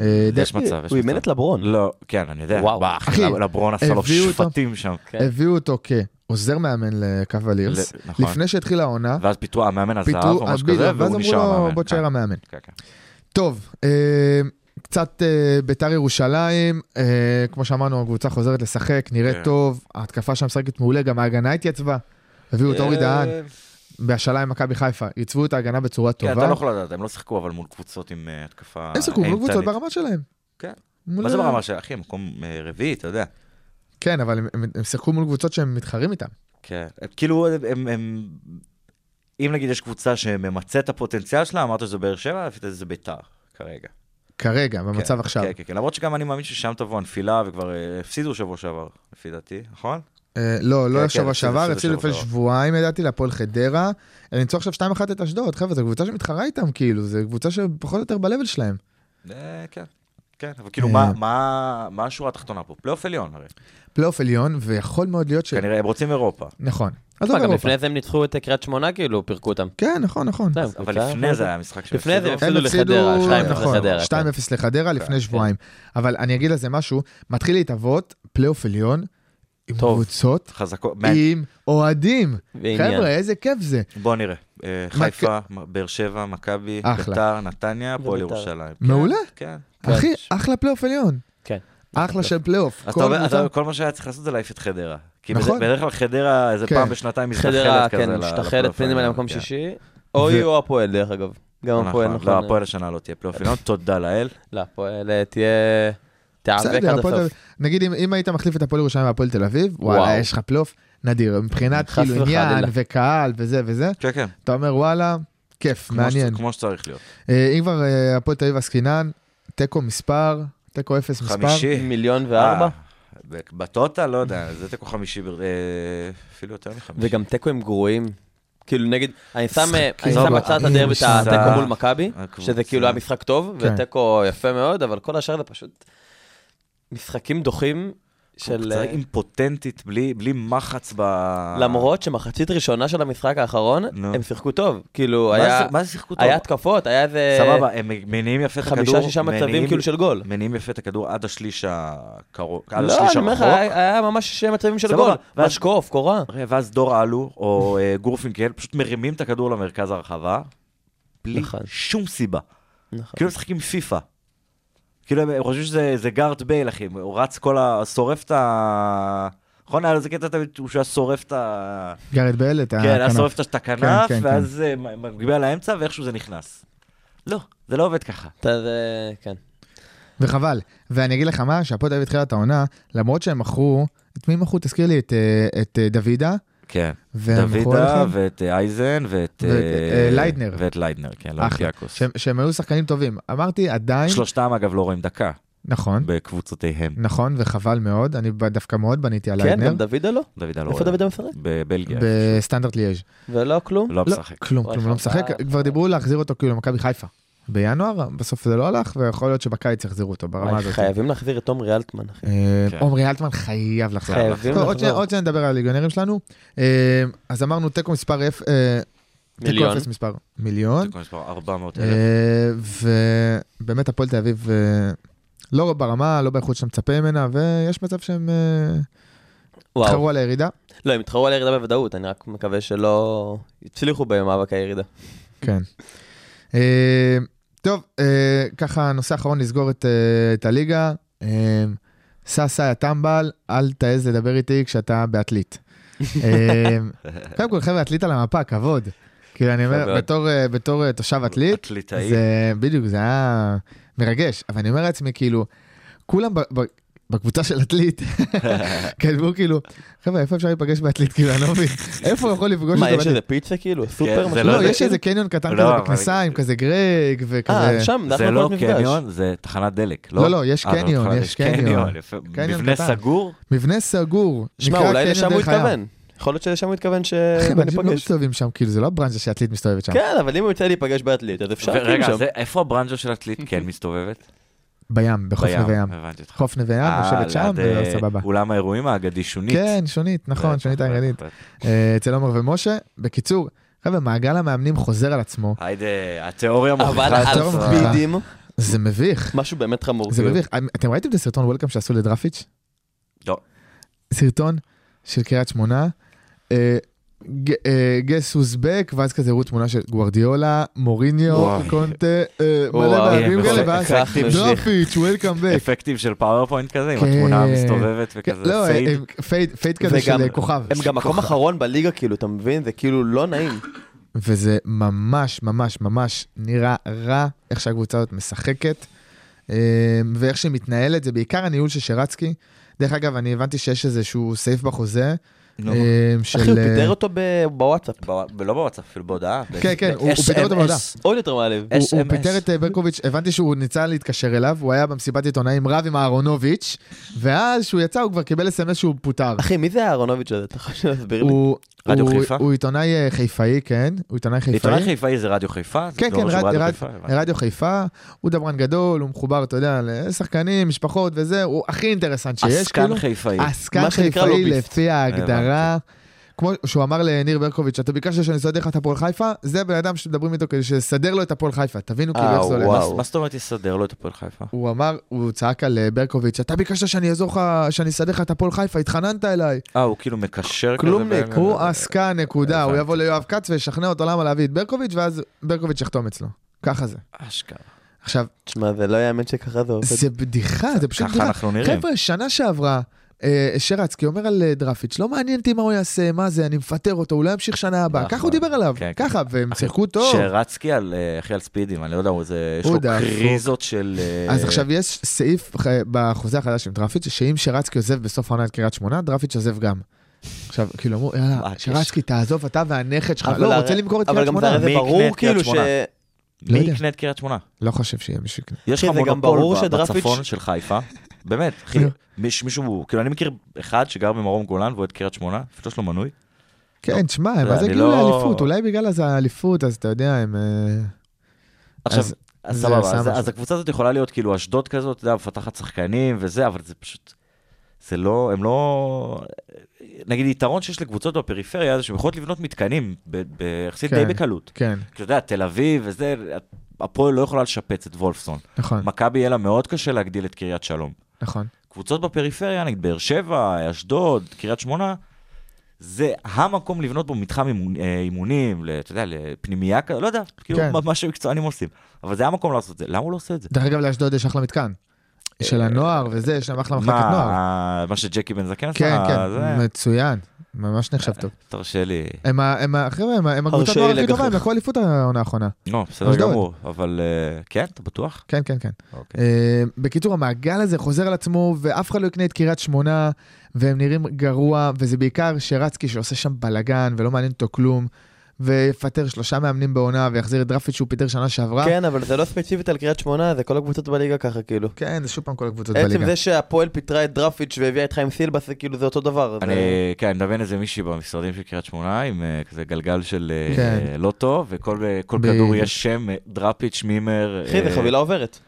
E: אה, די-
F: יש מצב, יש
G: הוא אימן
F: מצב.
G: את לברון.
F: לא, כן, אני יודע.
G: וואו. אה,
F: וואו. כן. אחי,
E: אחי,
F: לברון עשה לו
E: הביאו אותו.
F: שפטים שם.
E: הביאו אותו כעוזר מאמן לקוולירס,
F: ל- נכון.
E: לפני שהתחילה העונה,
F: ואז פיתרו, המאמן עזב
E: פיטרו,
F: או
E: אז
F: משהו כזה,
E: בדיוק, ואז
F: לא והוא
E: אמרו
F: נשאר
E: לו
F: המאמן.
E: בוא תשאר
F: כן,
E: המאמן.
F: כן, כן.
E: טוב, אה, קצת אה, ביתר ירושלים, אה, כמו שאמרנו, הקבוצה חוזרת לשחק, נראית
F: כן.
E: טוב, ההתקפה שם משחקת מעולה, גם ההגנה התייצבה. הביאו את אורי
F: אה.
E: דהן
G: אה,
E: בהשאלה עם מכבי חיפה, ייצבו את ההגנה בצורה
F: כן, אתה
E: טובה.
F: לא יכול לדעת, הם לא שיחקו אבל מול קבוצות עם אה, התקפה...
E: הם שיחקו מול
F: אימתנית.
E: קבוצות ברמה לא, שלהם.
F: כן.
E: מול-
F: מה זה ברמה של... אחי, מקום אה, רביעי, אתה יודע.
E: כן, אבל הם- הם- הם שיחקו מול קבוצות שהם מתחרים איתם.
F: כן, כאילו הם- הם, הם, אם נגיד יש קבוצה שממצה את הפוטנציאל שלה, אמרת שזה באר שבע, לפי דעתי זה ביתר, כרגע.
E: כרגע, במצב
F: כן,
E: עכשיו.
F: כן, כן, כן, למרות שגם אני מאמין ששם תבוא הנפילה וכבר אה, הפסידו שבוע שעבר, לפי דעתי, נכון?
E: אה, לא,
F: כן,
E: לא
F: כן,
E: שבוע
F: הפסידו
E: שעבר,
F: שבוע
E: הפסידו לפני
F: שעבר.
E: שבועיים לדעתי להפועל חדרה. הם ניצחו עכשיו 2-1 את אשדוד, חבר'ה, זו קבוצה שמתחרה איתם, כאילו, זו קבוצה שפחות או יותר ב-level שלהם.
F: אה, כן, כן, אבל כאילו
E: אה. כן.
F: מה- מה מה השורה התחתונה פה? פלייאוף עליון הרי,
E: פלייאוף עליון, ויכול מאוד להיות ש...
F: כנראה הם רוצים אירופה.
E: נכון. עזוב
G: תשמע, גם
E: אירופה.
G: לפני זה הם ניצחו את קריית שמונה כאילו, פירקו אותם.
E: כן, נכון, נכון.
G: אתה יודע,
F: אבל
G: קבוצה-
F: לפני זה היה משחק שהם
G: לפני זה
F: הפסידו.
G: הפסידו לחדרה, 2-0
E: נכון,
G: לחדרה, כן.
E: 2-0 לחדרה לפני שבועיים. אבל אני אגיד על זה משהו, מתחיל להתהוות פלייאוף עליון עם
G: טוב.
E: קבוצות,
F: חזקות, מה-
E: עם אוהדים.
G: ועניין.
E: חבר'ה, איזה כיף זה.
F: בוא נראה, אה, חיפה, באר שבע, מכבי,
E: אחלה.
F: ביתר, נתניה, הפועל
G: וביתר.
F: ירושלים. כן,
E: מעולה.
F: כן.
E: אחי, אחלה פלייאוף עליון.
G: כן.
E: אחלה של פלייאוף.
F: אז
E: כל
F: אתה אומר, אתה
E: קבוצה-
F: אומר, כל מה שהיה צריך לעשות זה להעיף את חדרה. כי
E: נכון.
F: בדרך- בדרך כלל חדרה איזה
E: כן.
F: פעם בשנתיים מזדחלת כזה.
G: חדרה, כן,
F: ל-
G: משתחלת
F: לפלייאוף
G: פנימה
F: העליון,
G: למקום
F: כן.
G: שישי. אוי
E: ו-
G: או הפועל, דרך אגב. גם הפועל,
F: נכון. לא,
G: נכון.
F: הפועל השנה לא תהיה פלייאוף עליון, תודה לאל.
G: לא, הפועל אה, תהיה... תיאבק
E: בסדר,
G: עד
E: הפועל
G: הסוף.
E: תל- נגיד אם- אם היית מחליף את הפועל ירושלים והפועל תל אביב, וואלה,
G: וואו.
E: יש לך פלייאוף נדיר. מבחינת
G: חס
E: כאילו עניין
G: וחלילה.
E: וקהל וזה וזה,
F: כן, כן.
E: אתה אומר וואלה, כיף,
F: כמו
E: מעניין.
F: שצ- כמו שצריך להיות.
E: אה, אם כבר אה, הפועל תל אביב עסקינן, תיקו מספר, תיקו אפס מספר.
F: חמישי.
G: מיליון וארבע.
F: אה, ב- בטוטה, לא יודע, זה תיקו חמישי, ב- אה, אפילו יותר מחמישי.
G: וגם תיקו הם גרועים. כאילו נגיד, אני שם אה, אני
E: טוב,
G: שם בצד את
E: אני
G: הדרבי, את
E: שם.
G: התיקו מול מכבי,
F: לא, הקבוצה.
G: שזה כאילו היה משחק טוב,
E: כן.
G: ותיקו יפה מאוד, אבל כל השאר זה פשוט משחקים דוחים של... אה,
F: קבוצה אימפוטנטית, בלי בלי מחץ ב...
G: למרות שמחצית ראשונה של המשחק האחרון,
F: נו.
G: הם שיחקו טוב. כאילו,
F: מה
G: היה...
F: זה- מה זה שיחקו טוב?
G: היה התקפות, היה איזה...
F: סבבה, הם מניעים יפה את הכדור.
G: חמישה, שישה מצבים
F: מניעים-
G: כאילו של גול.
F: מניעים יפה את הכדור עד השליש הקרוב, עד
G: לא,
F: השליש
G: אני אומר לך,
F: הרחוק.
G: היה היה ממש שני מצבים של
F: סבבה,
G: גול.
F: ואז-
G: משקוף, קורה.
F: הרי אוקיי, ואז דור אלו, או אה, גורפינקל, פשוט מרימים את הכדור למרכז הרחבה, בלי
G: נכון.
F: שום סיבה.
G: נכון.
F: כאילו הם משחקים פיפא. כאילו הם הם חושבים שזה זה גארט בייל, אחי, הוא רץ כל ה... שורף את ה... נכון, היה לו איזה קטע תמיד שהוא היה שורף את ה...
E: גארד בייל, את
F: כן, היה
E: הכנף.
F: שורף את
E: כן,
F: הכנף,
E: כן,
F: ואז אה, מ- מגביע לאמצע, ואיכשהו זה נכנס. לא, זה לא עובד ככה.
G: אתה זה... כן.
E: וחבל. ואני אגיד לך מה, שהפועל תל אביב התחילה את העונה, למרות שהם מכרו, את מי מכרו? תזכיר לי, את, אה, את אה, דוידה.
F: כן.
E: והם מכרו
F: דוידה,
E: עליכם?
F: ואת אה, אייזן, ואת...
E: ואת,
F: אה,
E: אה, ליידנר.
F: ואת ליידנר, כן,
E: אחלה.
F: לאופיאקוס.
E: שהם, שהם היו שחקנים טובים. אמרתי, עדיין...
F: שלושתם, אגב, לא רואים דקה
E: נכון,
F: בקבוצותיהם.
E: נכון, וחבל מאוד. אני ב- דווקא מאוד בניתי על
G: כן,
E: ליידנר.
G: גם דוידה לא?
F: דוידה לא
G: איפה
F: רואה.
G: דוידה משחק?
F: בבלגיה.
E: בסטנדרט ליאז'.
G: ולא כלום?
F: לא משחק.
E: כלום,
G: אוי,
E: כלום, לא
G: חבל,
E: משחק. כבר
G: חבל.
E: דיברו להחזיר אותו כאילו למכבי חיפה. בינואר, בסוף זה לא הלך, ויכול להיות שבקיץ יחזירו אותו ברמה
G: וואי,
E: הזאת.
G: חייבים להחזיר את תומרי אלטמן, אחי.
E: אה,
F: כן.
E: עומרי אלטמן חייב לחזור.
G: חייבים
E: טוב, עוד
G: לחזור.
E: שניה- עוד שניה נדבר על הליגיונרים שלנו. אה, אז אמרנו תיקו מספר אפ- אה, תיקו
G: מיליון.
E: אפס מספר מיליון.
F: תיקו מספר 400 אלף.
E: נכון. אה, ובאמת הפועל תל אביב אה, לא ברמה, לא באיכות שאתה מצפה ממנה, ויש מצב שהם אה,
G: וואו.
E: התחרו על הירידה.
G: לא, הם התחרו על הירידה בוודאות, אני רק מקווה שלא יצליחו במאבק הירידה.
E: כן. אה, טוב, אה, ככה נושא אחרון לסגור את, אה, את הליגה. אה, סאסא יא טמבל, אל תעז לדבר איתי כשאתה בעתלית. אה, קודם כל, חבר'ה, עתלית על המפה, כבוד. כאילו, אני אומר,
G: כבוד.
E: בתור, אה, בתור אה, תושב עתלית,
F: אתליטאי.
E: זה בדיוק, זה היה מרגש, אבל אני אומר לעצמי, כאילו, כולם ב- ב- בקבוצה של עתלית, כתבו כאילו, חבר'ה, איפה אפשר להיפגש בעתלית? כאילו, אני לא מבין, איפה הוא יכול לפגוש
G: מה,
E: אותו
G: יש איזה
E: בעתלית?
G: פיצה כאילו? סופר?
F: זה
G: משהו?
F: לא
E: לא,
F: זה
E: יש איזה קניון קטן
F: לא,
E: כזה
F: אבל-
E: בכניסה עם כזה גרג וכזה...
G: אה, שם, זה
F: זה
G: אחלה
F: לא
G: נקודת
E: כן,
G: מפגש.
F: קניון, זה תחנת דלק, לא?
E: לא, לא, יש
F: אה, זה
E: קניון,
F: תחנת
E: יש
F: דלק.
E: קניון.
F: יפה.
E: קניון
F: מבנה
E: קטן.
F: סגור?
E: מבנה סגור,
G: שמע,
E: נקרא כן
G: אולי
E: קניון
G: לשם הוא
E: דרך הים.
G: התכוון. יכול להיות שלשם הוא התכוון ש...
E: אחי,
G: בוא
E: אנשים לא
G: ניפגש.
E: מסתובבים שם, כאילו, זה לא הברנז'ה שעתלית מסתובבת שם.
G: כן, אבל אם הוא יוצא להיפגש בעתלית, אז אפשר כאילו
F: רגע,
G: שם.
F: זה- איפה הברנז'ה של עתלית כן מסתובבת?
E: בים, בחוף
F: בים,
E: נווה ים.
F: הבנתי אותך.
E: חוף נווה ים,
F: אה,
E: יושבת שם,
F: ליד, אה,
E: וזה סבבה.
F: אולם האירועים האגדי שונית. אה,
E: כן, שונית, נכון,
F: בטח,
E: שונית
F: בטח,
E: האגדית.
F: בטח.
E: אה, אצל עומר ומשה. בקיצור, חבר'ה, מעגל המאמנים חוזר על עצמו,
F: אה, היידה, התיאוריה
G: אבל
F: מוכיחה את
G: על
E: טוב,
F: עצמה.
E: ביט.
G: ספידים,
E: זה מביך.
G: משהו באמת חמור.
E: זה
G: כאילו.
E: מביך. אמ, אתם ראיתם את הסרטון וולקאם שעשו לדרפיץ'?
F: לא.
E: סרטון של קריית שמונה. אה, ג- אה, גס הוזבק, ואז כזה הראו תמונה של גוורדיולה, מוריניו,
F: וואי.
E: קונטה, אה, מלא אה,
G: וואי,
E: בעלים
F: בכל
E: כאלה, ואז
G: אפקטים
E: דרפיץ', וולקאם בק.
F: אפקטיב של פאורפוינט כזה, עם
E: כן.
F: התמונה המסתובבת
E: כן,
F: וכזה
E: לא,
F: פייד.
E: הם- פייד- פייד כזה
G: וגם-
E: של אה, כוכב.
G: הם גם מקום
E: כוכב.
G: אחרון בליגה, כאילו, אתה מבין? זה כאילו לא נעים.
E: וזה ממש ממש ממש נראה רע איך שהקבוצה הזאת משחקת אמ, ואיך שהיא מתנהלת, זה בעיקר הניהול של שרצקי. דרך אגב, אני הבנתי שיש איזשהו סעיף בחוזה
F: נו.
E: אמ, של...
G: אחי, הוא פיטר
E: אה,
G: אותו ב- בוואטסאפ.
F: בווא- לא בוואטסאפ, אפילו בהודעה.
E: כן, כן, הוא הוא פיטר אותו בעבודה.
G: עוד יותר מעליב.
E: הוא- הוא
F: SMS.
E: פיטר את אה, ברקוביץ', הבנתי שהוא ניסה להתקשר אליו, הוא היה במסיבת עיתונאים רב עם אהרונוביץ', ואז כשהוא יצא הוא כבר קיבל אס.אם.אס שהוא פוטר.
G: אחי, מי זה אהרונוביץ' הזה? אתה יכול להסביר לי?
E: הוא-
F: רדיו
E: הוא-
F: חיפה?
E: הוא עיתונאי אה, חיפאי, כן, הוא עיתונאי חיפאי.
F: עיתונאי חיפאי זה רדיו חיפה? זה
E: כן, כן,
F: אומר שהוא
E: רד,
F: רדיו
E: רד,
F: חיפה, הבנתי.
E: רדיו חיפה, הוא דברן גדול, הוא מחובר, אתה יודע, לשחקנים, משפחות וזה, הוא הכי אינטרסנט שיש,
F: עסקן
E: כאילו.
F: חיפאי.
E: עסקן
G: מה שנקרא
E: חיפאי
G: לוביסט.
E: לפי
F: אה,
E: ההגדרה. כמו שהוא אמר לניר ברקוביץ', אתה ביקשת שאני אסדר לך את הפועל חיפה, זה בן אדם שמדברים איתו כדי שיסדר לו את הפועל חיפה, תבינו כאילו
G: אה,
E: איך זה הולך.
G: וואו.
F: מה- מה זאת אומרת יסדר לו את הפועל חיפה?
E: הוא אמר, הוא צעק על אה, ברקוביץ', אתה ביקשת שאני אעזור לך, שאני אסדר לך את הפועל חיפה, התחננת אליי.
F: אה, הוא כאילו מקשר כזה.
E: כלומניק,
F: בין-
E: הוא עסקן, נקודה, הוא
F: הבנתי.
E: יבוא ליואב כץ וישכנע אותו למה להביא את ברקוביץ', ואז ברקוביץ' יחתום אצלו. ככה זה.
F: אשכרה.
E: עכשיו,
G: תשמע, זה לא יאמן שככה זה עובד.
E: זה בדיחה, זה פשוט
F: ככה
E: בדיחה.
F: אנחנו נראים.
E: חבר'ה, שנה שעברה, אה, שרצקי אומר על אה, דרפיץ', לא מעניין אותי מה הוא יעשה, מה זה, אני מפטר אותו, הוא לא ימשיך שנה הבאה.
F: נכון.
E: ככה הוא דיבר עליו,
F: כן, כן.
E: ככה, והם
F: אחי,
E: שיחקו טוב.
F: שרצקי על, אה, אחי, על ספידים, אני לא יודע, הוא איזה, יש
E: הוא
F: לו
E: דפוק.
F: קריזות של... אה,
E: אז עכשיו יש סעיף ח- בחוזה החדש עם דרפיץ', שאם שרצקי עוזב בסוף העונה את קריית שמונה, דרפיץ' עוזב גם. עכשיו, כאילו אמרו, יאללה,
F: מה הקשר?
E: שרצקי, תעזוב אתה והנכד שלך.
G: אבל
E: לא, הוא
G: הרי-
E: רוצה למכור את
G: אבל
E: קריית
G: גם זה הרי
E: שמונה.
G: זה
F: מי יקנה את
G: ברור
F: קריית
G: כאילו ש...
F: שמונה?
E: לא
F: מי
E: יודע.
F: יקנה את קריית שמונה?
E: לא חושב שיהיה מישהו יקנה.
F: יש לך
G: אחי, זה גם
F: מונופול
G: ברור
F: ב-
G: שדרפיץ'-
F: בצפון של חיפה? באמת, אחי, מיש- מישהו, כאילו אני מכיר אחד שגר במרום גולן והוא את קריית שמונה, אפילו יש לו מנוי.
E: כן, תשמע, הם
F: יודע,
E: אז
F: אני
E: הגיעו
F: לא-
E: לאליפות, אולי בגלל אז האליפות, אז אתה יודע, הם... אה,
F: עכשיו,
E: אז-
F: אז
E: זה
F: סבבה,
E: עשה
F: אז-
E: משהו.
F: אז הקבוצה הזאת יכולה להיות כאילו אשדוד כזאת, אתה יודע, מפתחת שחקנים וזה, אבל זה פשוט, זה לא, הם לא, נגיד יתרון שיש לקבוצות בפריפריה זה שהן יכולות לבנות מתקנים ב- ביחסית די
E: כן.
F: בקלות.
E: כן,
F: אתה יודע, תל אביב וזה, הפועל לא יכולה לשפץ את וולפסון.
E: נכון,
F: מכבי יהיה לה מאוד קשה להגדיל את קריית שלום.
E: נכון.
F: קבוצות בפריפריה, נגיד באר שבע, אשדוד, קריית שמונה, זה המקום לבנות בו מתחם אימון, אה, אימונים, ל- אתה יודע, לפנימייה כזה, לא יודע, כאילו
E: כן.
F: מה- מה שמקצוענים עושים. אבל זה המקום לעשות את זה, למה הוא לא עושה את זה?
E: דרך אגב, לאשדוד יש אחלה מתקן. של הנוער וזה, יש להם אחלה מחלקת נוער.
F: אה, מה, מה שג'קי בן זקן עשה?
E: כן,
F: זה?
E: כן, מצוין. ממש נחשב טוב.
F: תרשה לי.
E: הם ה- הם ה- חבר'ה, הם ה- הם הקבוצת
G: הרשה
E: נוער
G: לי
E: הכי טובה, הם
G: לגחך.
E: לקחו אליפות העונה האחרונה.
F: לא, בסדר
E: אשדוד.
F: גמור, אבל אה, כן, אתה בטוח?
E: כן, כן, כן.
F: אוקיי.
E: אה, בקיצור, המעגל הזה חוזר על עצמו, ואף אחד לא יקנה את קריית שמונה, והם נראים גרוע, וזה בעיקר שרצקי שעושה שם בלאגן, ולא מעניין אותו כלום, ויפטר שלושה מאמנים בעונה, ויחזיר את דרפיץ' שהוא פיטר שנה שעברה.
G: כן, אבל זה לא ספציפית על קריית שמונה, זה כל הקבוצות בליגה ככה, כאילו.
E: כן, זה שוב פעם כל הקבוצות
G: עצם
E: בליגה.
G: זה שהפועל פיטרה את דרפיץ' והביאה את חיים סילבס, זה כאילו זה אותו דבר. זה-
F: אני, כן, אני מדמיין איזה מישהי במשרדים של קריית שמונה, עם אה, כזה גלגל של אה,
E: כן.
F: לוטו, וכל אה, כל
E: ב-
F: כדור יש שם, אה, דראפיץ', מימר.
G: אחי, זה
F: אה,
G: חבילה עוברת.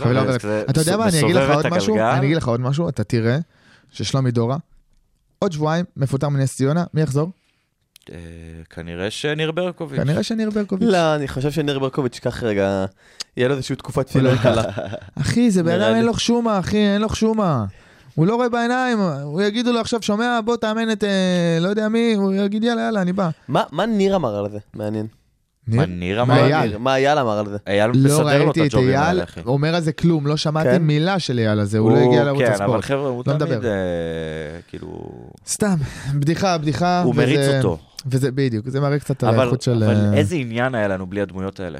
E: חבילה
F: לא, זה
E: עוברת.
F: כזה
E: אתה יודע
F: מס-
E: מה, אני אגיד לך
F: מסובב
E: עוד
F: את
E: משהו,
F: הגלגל.
E: אני אגיד לך עוד משהו, אתה תראה ששלומי דורה, עוד שבועיים מפוטר מנס ציונה, מי יחזור?
F: אה, כנראה שניר ברקוביץ'.
E: כנראה שניר ברקוביץ'.
G: לא, אני חושב שניר ברקוביץ' ייקח רגע, יהיה לו איזושהי תקופת צילון
E: לא
G: קלה.
E: אחי, זה בן
G: נראה
E: אדם אין
G: לי.
E: לו חשומה, אחי, אין לו חשומה. הוא לא רואה בעיניים, הוא יגידו לו עכשיו, שומע, בוא תאמן את אה, לא יודע מי, הוא יגיד יאללה, יאללה, אני בא.
G: מה מה ניר אמר על זה? מעניין.
F: מה,
E: ניר?
F: ניר
E: מה,
F: אמר?
E: אייל?
G: ניר, מה אייל אמר על זה?
F: אייל
E: לא
F: מסדר לו את
E: ראיתי את
F: הג'ובים
E: אייל
F: האלה, אחי.
E: אומר על זה כלום, לא שמעתי
G: כן?
E: מילה של אייל הזה, הוא לא הגיע לערוץ
F: כן, אבל
E: הספורט.
F: חבר'ה, הוא
E: לא
F: תמיד,
E: מדבר.
F: אה, כאילו...
E: סתם, בדיחה, בדיחה.
F: הוא
E: אה, וזה-
F: מריץ אותו.
E: וזה בדיוק, זה מראה קצת על
F: אבל
E: האיכות של...
F: אבל
E: אה,
F: איזה עניין היה לנו בלי הדמויות האלה.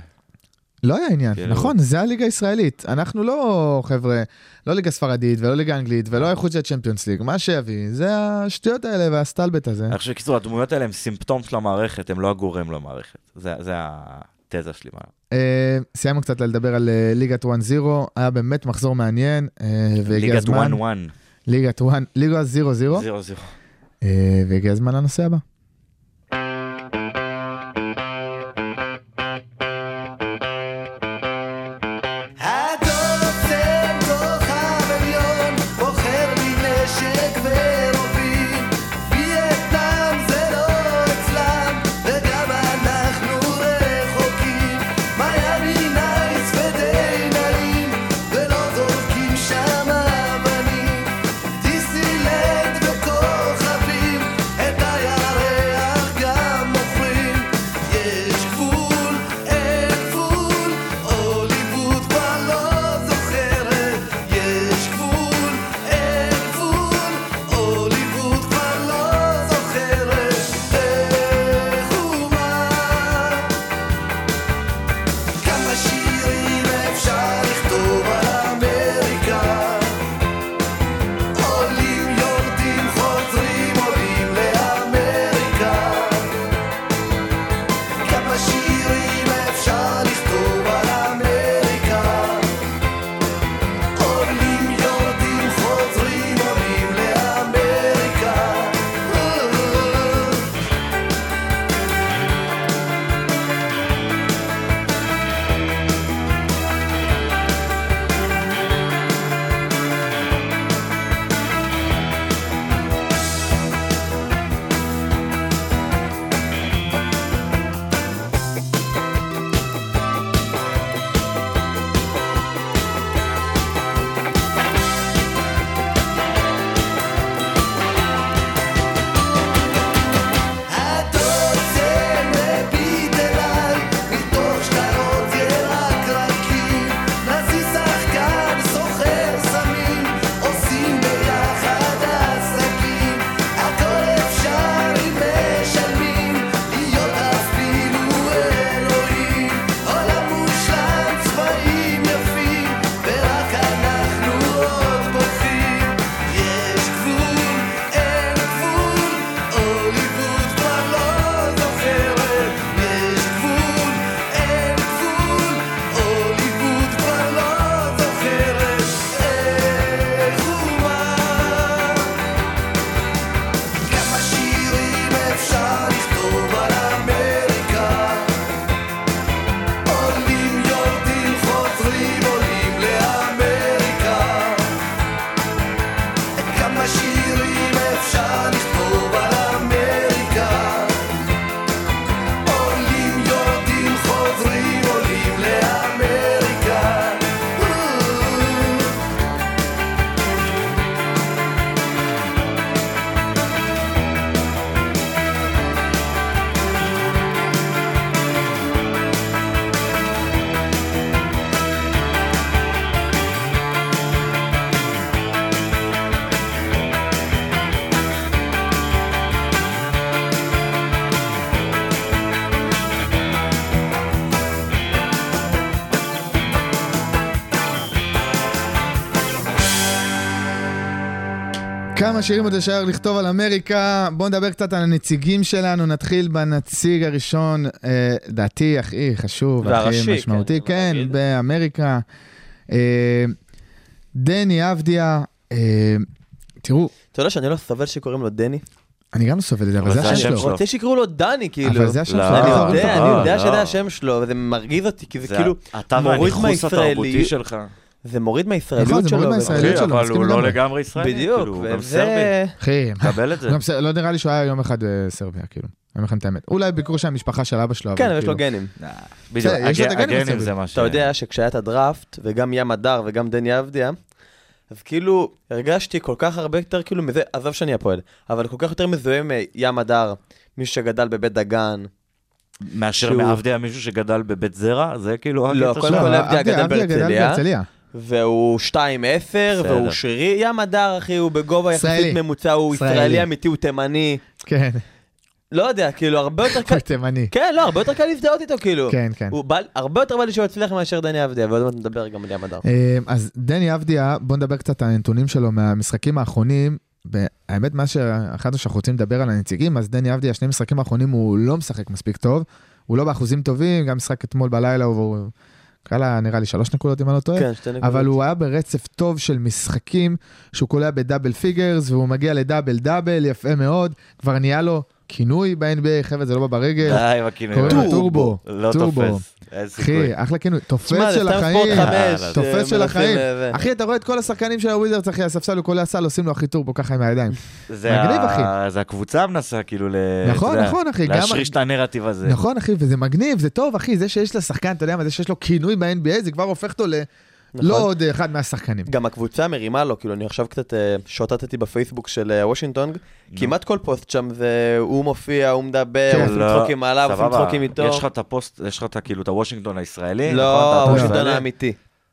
E: לא היה עניין,
F: כן,
E: נכון, זה הליגה הישראלית. אנחנו לא, חבר'ה, לא ליגה ספרדית ולא ליגה אנגלית ולא איכות של צ'מפיונס ליג. מה שיביא, זה השטויות האלה והסטלבט הזה.
F: אני חושב שקיצור, הדמויות האלה הם סימפטום של המערכת, הם לא הגורם למערכת. זה זה התזה שלי. מה-
E: אה, סיימנו קצת לדבר על אה, ליגת 1-0, היה באמת מחזור מעניין, אה, והגיע
F: ליגת 1-1,
E: הזמן. לא? ליגת 1 ליגה 0-0,
F: 0-0.
E: אה, והגיע הזמן לנושא הבא.
A: הדוסם כוכב עליון, בוחר לי נשק ורובים. וייטנאם זה לא אצלם, וגם אנחנו רחוקים. מיאמי נייס ודי נעים, ולא זורקים שם אבנים. דיסנילנד וכוכבים, את הירח גם מוכרים. יש גבול, אין גבול, הוליווד כבר לא זוכרת. יש גבול, אין גבול, הוליווד כבר לא זוכרת. איך ומה? כמה שירים אפשר לכתוב על אמריקה? עולים, יורדים, חוזרים, עולים לאמריקה. כמה שירים אפשר לכתוב על אמריקה? עולים, יורדים, חוזרים, עולים לאמריקה. יש גבול, אין גבול, הוליווד כבר לא זוכרת. יש גבול, אין גבול, הוליווד כבר לא זוכרת. איך ומה? כמה שירים אפשר לכתוב על אמריקה? עולים, יורדים, חוזרים, עולים לאמריקה. כמה שירים אפשר לכתוב על אמריקה? עולים, יורדים, חוזרים, עולים לאמריקה.
E: כמה שירים עוד אפשר לכתוב על אמריקה, בואו נדבר קצת על הנציגים שלנו, נתחיל בנציג הראשון, אה, דעתי הכי חשוב,
G: והראשי,
E: הכי
G: כן,
E: משמעותי,
G: אבל
E: כן,
G: נגיד.
E: באמריקה. אה, דני אבדיה, אה, תראו,
G: אתה יודע שאני לא סובל שקוראים לו דני?
E: אני גם לא סובל את זה, אבל
F: אבל
E: זה
F: זה
E: השם
F: השם
E: שלו.
F: שלו.
G: רוצה שיקראו לו דני, כאילו.
E: אבל זה השם
F: לא,
E: שלו. אה,
G: אני
E: איך אומרים
G: יודע,
E: אותו?
G: אה, אני
F: לא,
G: יודע
F: לא.
G: שזה השם שלו, וזה מרגיז אותי, כי זה כאילו
F: אתה
G: מוריד
F: והניכוס התרבותי
G: מהישראליות-
F: שלך.
G: זה מוריד
E: נכון,
G: מהישראליות
E: זה מוריד
G: שלו.
E: מהישראליות.
F: אחי,
E: שלו,
F: אבל
E: מסכים
F: הוא לא
E: לגמרי.
F: לגמרי ישראלי,
G: בדיוק,
F: כאילו, הוא גם סרבי.
G: וזה...
E: אחי,
F: קבל את זה.
E: גם ס- לא נראה לי שהוא היה יום אחד בסרביה, כאילו. אני אומר לכם את האמת. אולי ביקרו שם משפחה של אבא שלו.
G: כן,
E: אבל
G: אבל יש לו
E: כאילו-
G: גנים.
F: בדיוק,
E: בסדר, יש לו את
F: הג-
E: הגנים
F: הגנים
E: הסרביים.
F: זה מה ש...
G: אתה יודע שכשהיה את הדראפט, וגם ים הדר וגם דני אבדיה, אז כאילו הרגשתי כל כך הרבה יותר כאילו מזה, עזוב שאני הפועל, אבל כל כך יותר מזוהה מים הדר, מישהו שגדל בבית דגן.
F: מאשר
G: שהוא-
F: מעבדיה מישהו שגדל בבית זרע, זה כאילו...
G: לא,
F: הקטע
G: קודם
F: שלך?
G: כל
E: לא,
G: אבדיה גדל בהרצליה.
E: בהרצליה.
G: והוא 2-10,
F: בסדר.
G: והוא שרירי, ים הדר אחי, הוא בגובה יחסית
E: ישראלי.
G: ממוצע, הוא
E: ישראלי.
G: ישראלי אמיתי, הוא תימני.
E: כן.
G: לא יודע, כאילו, הרבה יותר קל...
E: תימני.
G: כן, לא, הרבה יותר קל להזדהות איתו, כאילו.
E: כן, כן.
G: הוא בא, הרבה יותר בא לי שהוא יצליח מאשר דני אבדיה, ועוד מעט נדבר גם על ים הדר.
E: אמ, אז דני אבדיה, בוא נדבר קצת על הנתונים שלו מהמשחקים האחרונים. האמת, מה שהחלטנו שאנחנו רוצים לדבר על הנציגים, אז דני אבדיה, שני משחקים האחרונים הוא לא משחק מספיק טוב. הוא לא באחוזים טובים, גם משחק אתמול בלילה הוא... קלה, נראה לי שלוש נקודות אם אני לא טועה.
G: כן, שתי נקודות.
E: אבל הוא היה ברצף טוב של משחקים שהוא קולע בדאבל פיגרס והוא מגיע לדאבל דאבל, יפה מאוד. כבר נהיה לו כינוי ב-NBA, חבר'ה, זה לא בא ברגל.
G: אה,
F: די עם הכינוי.
E: קוראים לו טורבו.
F: לא
E: טורבו.
F: תופס. אין סיכוי.
E: אחי, אחלה כינוי,
G: תשמע,
E: תופס
G: זה
E: של
G: סתם
E: החיים. אה,
G: ספורט חמש.
F: יאללה,
E: תופס של
G: מנסים,
E: החיים.
G: אה,
F: כן.
G: זה.
E: אחי, אתה רואה את כל השחקנים של הוויזרדס, אחי, הספסל הוא קולע סל, עושים לו אחי טורבו ככה עם הידיים.
F: זה
E: מגניב,
F: ה-
E: אחי.
F: זה הקבוצה מנסה כאילו ל...
E: נכון,
F: כן, אתה יודע,
E: נכון, אחי, גם-
F: להשריש את הנרטיב הזה.
E: נכון, אחי, וזה מגניב, זה טוב, אחי, זה שיש לשחקן, אתה יודע מה, זה שיש לו כינוי ב-NBA, זה כבר הופך אותו ל...
G: נכון.
E: לא עוד אחד מהשחקנים.
G: גם הקבוצה מרימה לו, כאילו, אני עכשיו קצת אה, שוטטתי בפייסבוק של אה, וושינגטון, כמעט כל פוסט שם זה, הוא מופיע, הוא מדבר,
E: כן,
G: עושים
F: לא,
G: צחוקים עליו, עושים
F: סבבה.
G: צחוקים איתו.
F: יש לך את הפוסט, יש לך את כאילו את הוושינגטון הישראלי. נכון?
G: לא,
F: את הפוסט
G: הוושינגטון
F: הזה?
G: האמיתי.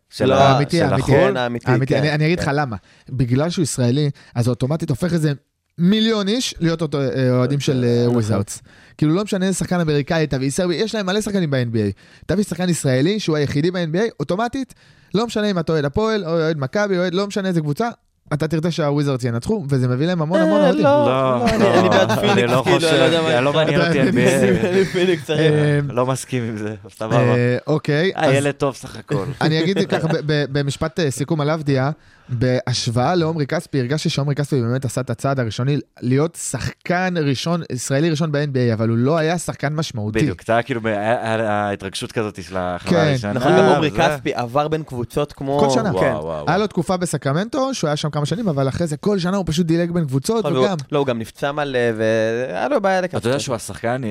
F: של
G: לא,
F: ה-
E: האמיתי,
F: של
E: האמיתי.
F: החול?
G: כן, האמיתי,
E: אה, אמיתי,
G: כן.
E: אני אני אגיד לך למה. בגלל שהוא ישראלי, אז אוטומטית הופך איזה מיליון איש להיות אותו- אה, אוהדים של
G: נכון.
E: וויזארדס. כאילו לא משנה איזה שחקן אמריקאי תביא ישראלי, יש להם מלא שחקנים ב-NBA. תביא שחקן ישראלי שהוא היחידי ב-NBA, אוטומטית, לא משנה אם אתה אוהד הפועל, או אוהד מכבי, אוהד לא משנה איזה קבוצה, אתה תרצה שהוויזארדס ינצחו, וזה מביא להם המון המון
G: אה,
E: אוהדים.
G: לא.
F: לא,
G: אני- אני בעד
F: לא, אני
G: פיניקס,
F: לא
G: כאילו, אני לא יודע מה
F: חושב,
G: איתך.
F: לא מעניין אותי
E: אתה-
F: NBA.
G: אני פיניקס, אחי.
E: אה,
F: לא מסכים עם זה, סבבה.
E: אה, אוקיי. אז-
F: הילד טוב סך הכל.
E: אני אגיד ככה ב- ב- במשפט אה, סיכום על עבדיה, בהשוואה לעומרי כספי, הרגשתי שעומרי כספי באמת עשה את הצעד הראשוני להיות שחקן ראשון, ישראלי ראשון ב-NBA, אבל הוא לא היה שחקן משמעותי.
F: בדיוק, זה היה כאילו ב- היה- היה- ההתרגשות כזאת של
E: כן,
F: החברה הראשונה.
G: נכון, גם עומרי
F: אה, זה-
G: כספי עבר בין קבוצות כמו...
E: כל שנה.
F: וואו,
G: כן.
F: וואו, וואו.
E: היה לו תקופה בסקרמנטו, שהוא היה שם כמה שנים, אבל אחרי זה כל שנה הוא פשוט דילג בין קבוצות,
G: נכון, והוא-
E: וגם...
G: לא, הוא גם נפצע מלא, והיה לו בעיה לקצת.
F: אתה יודע שהוא השחקן אה,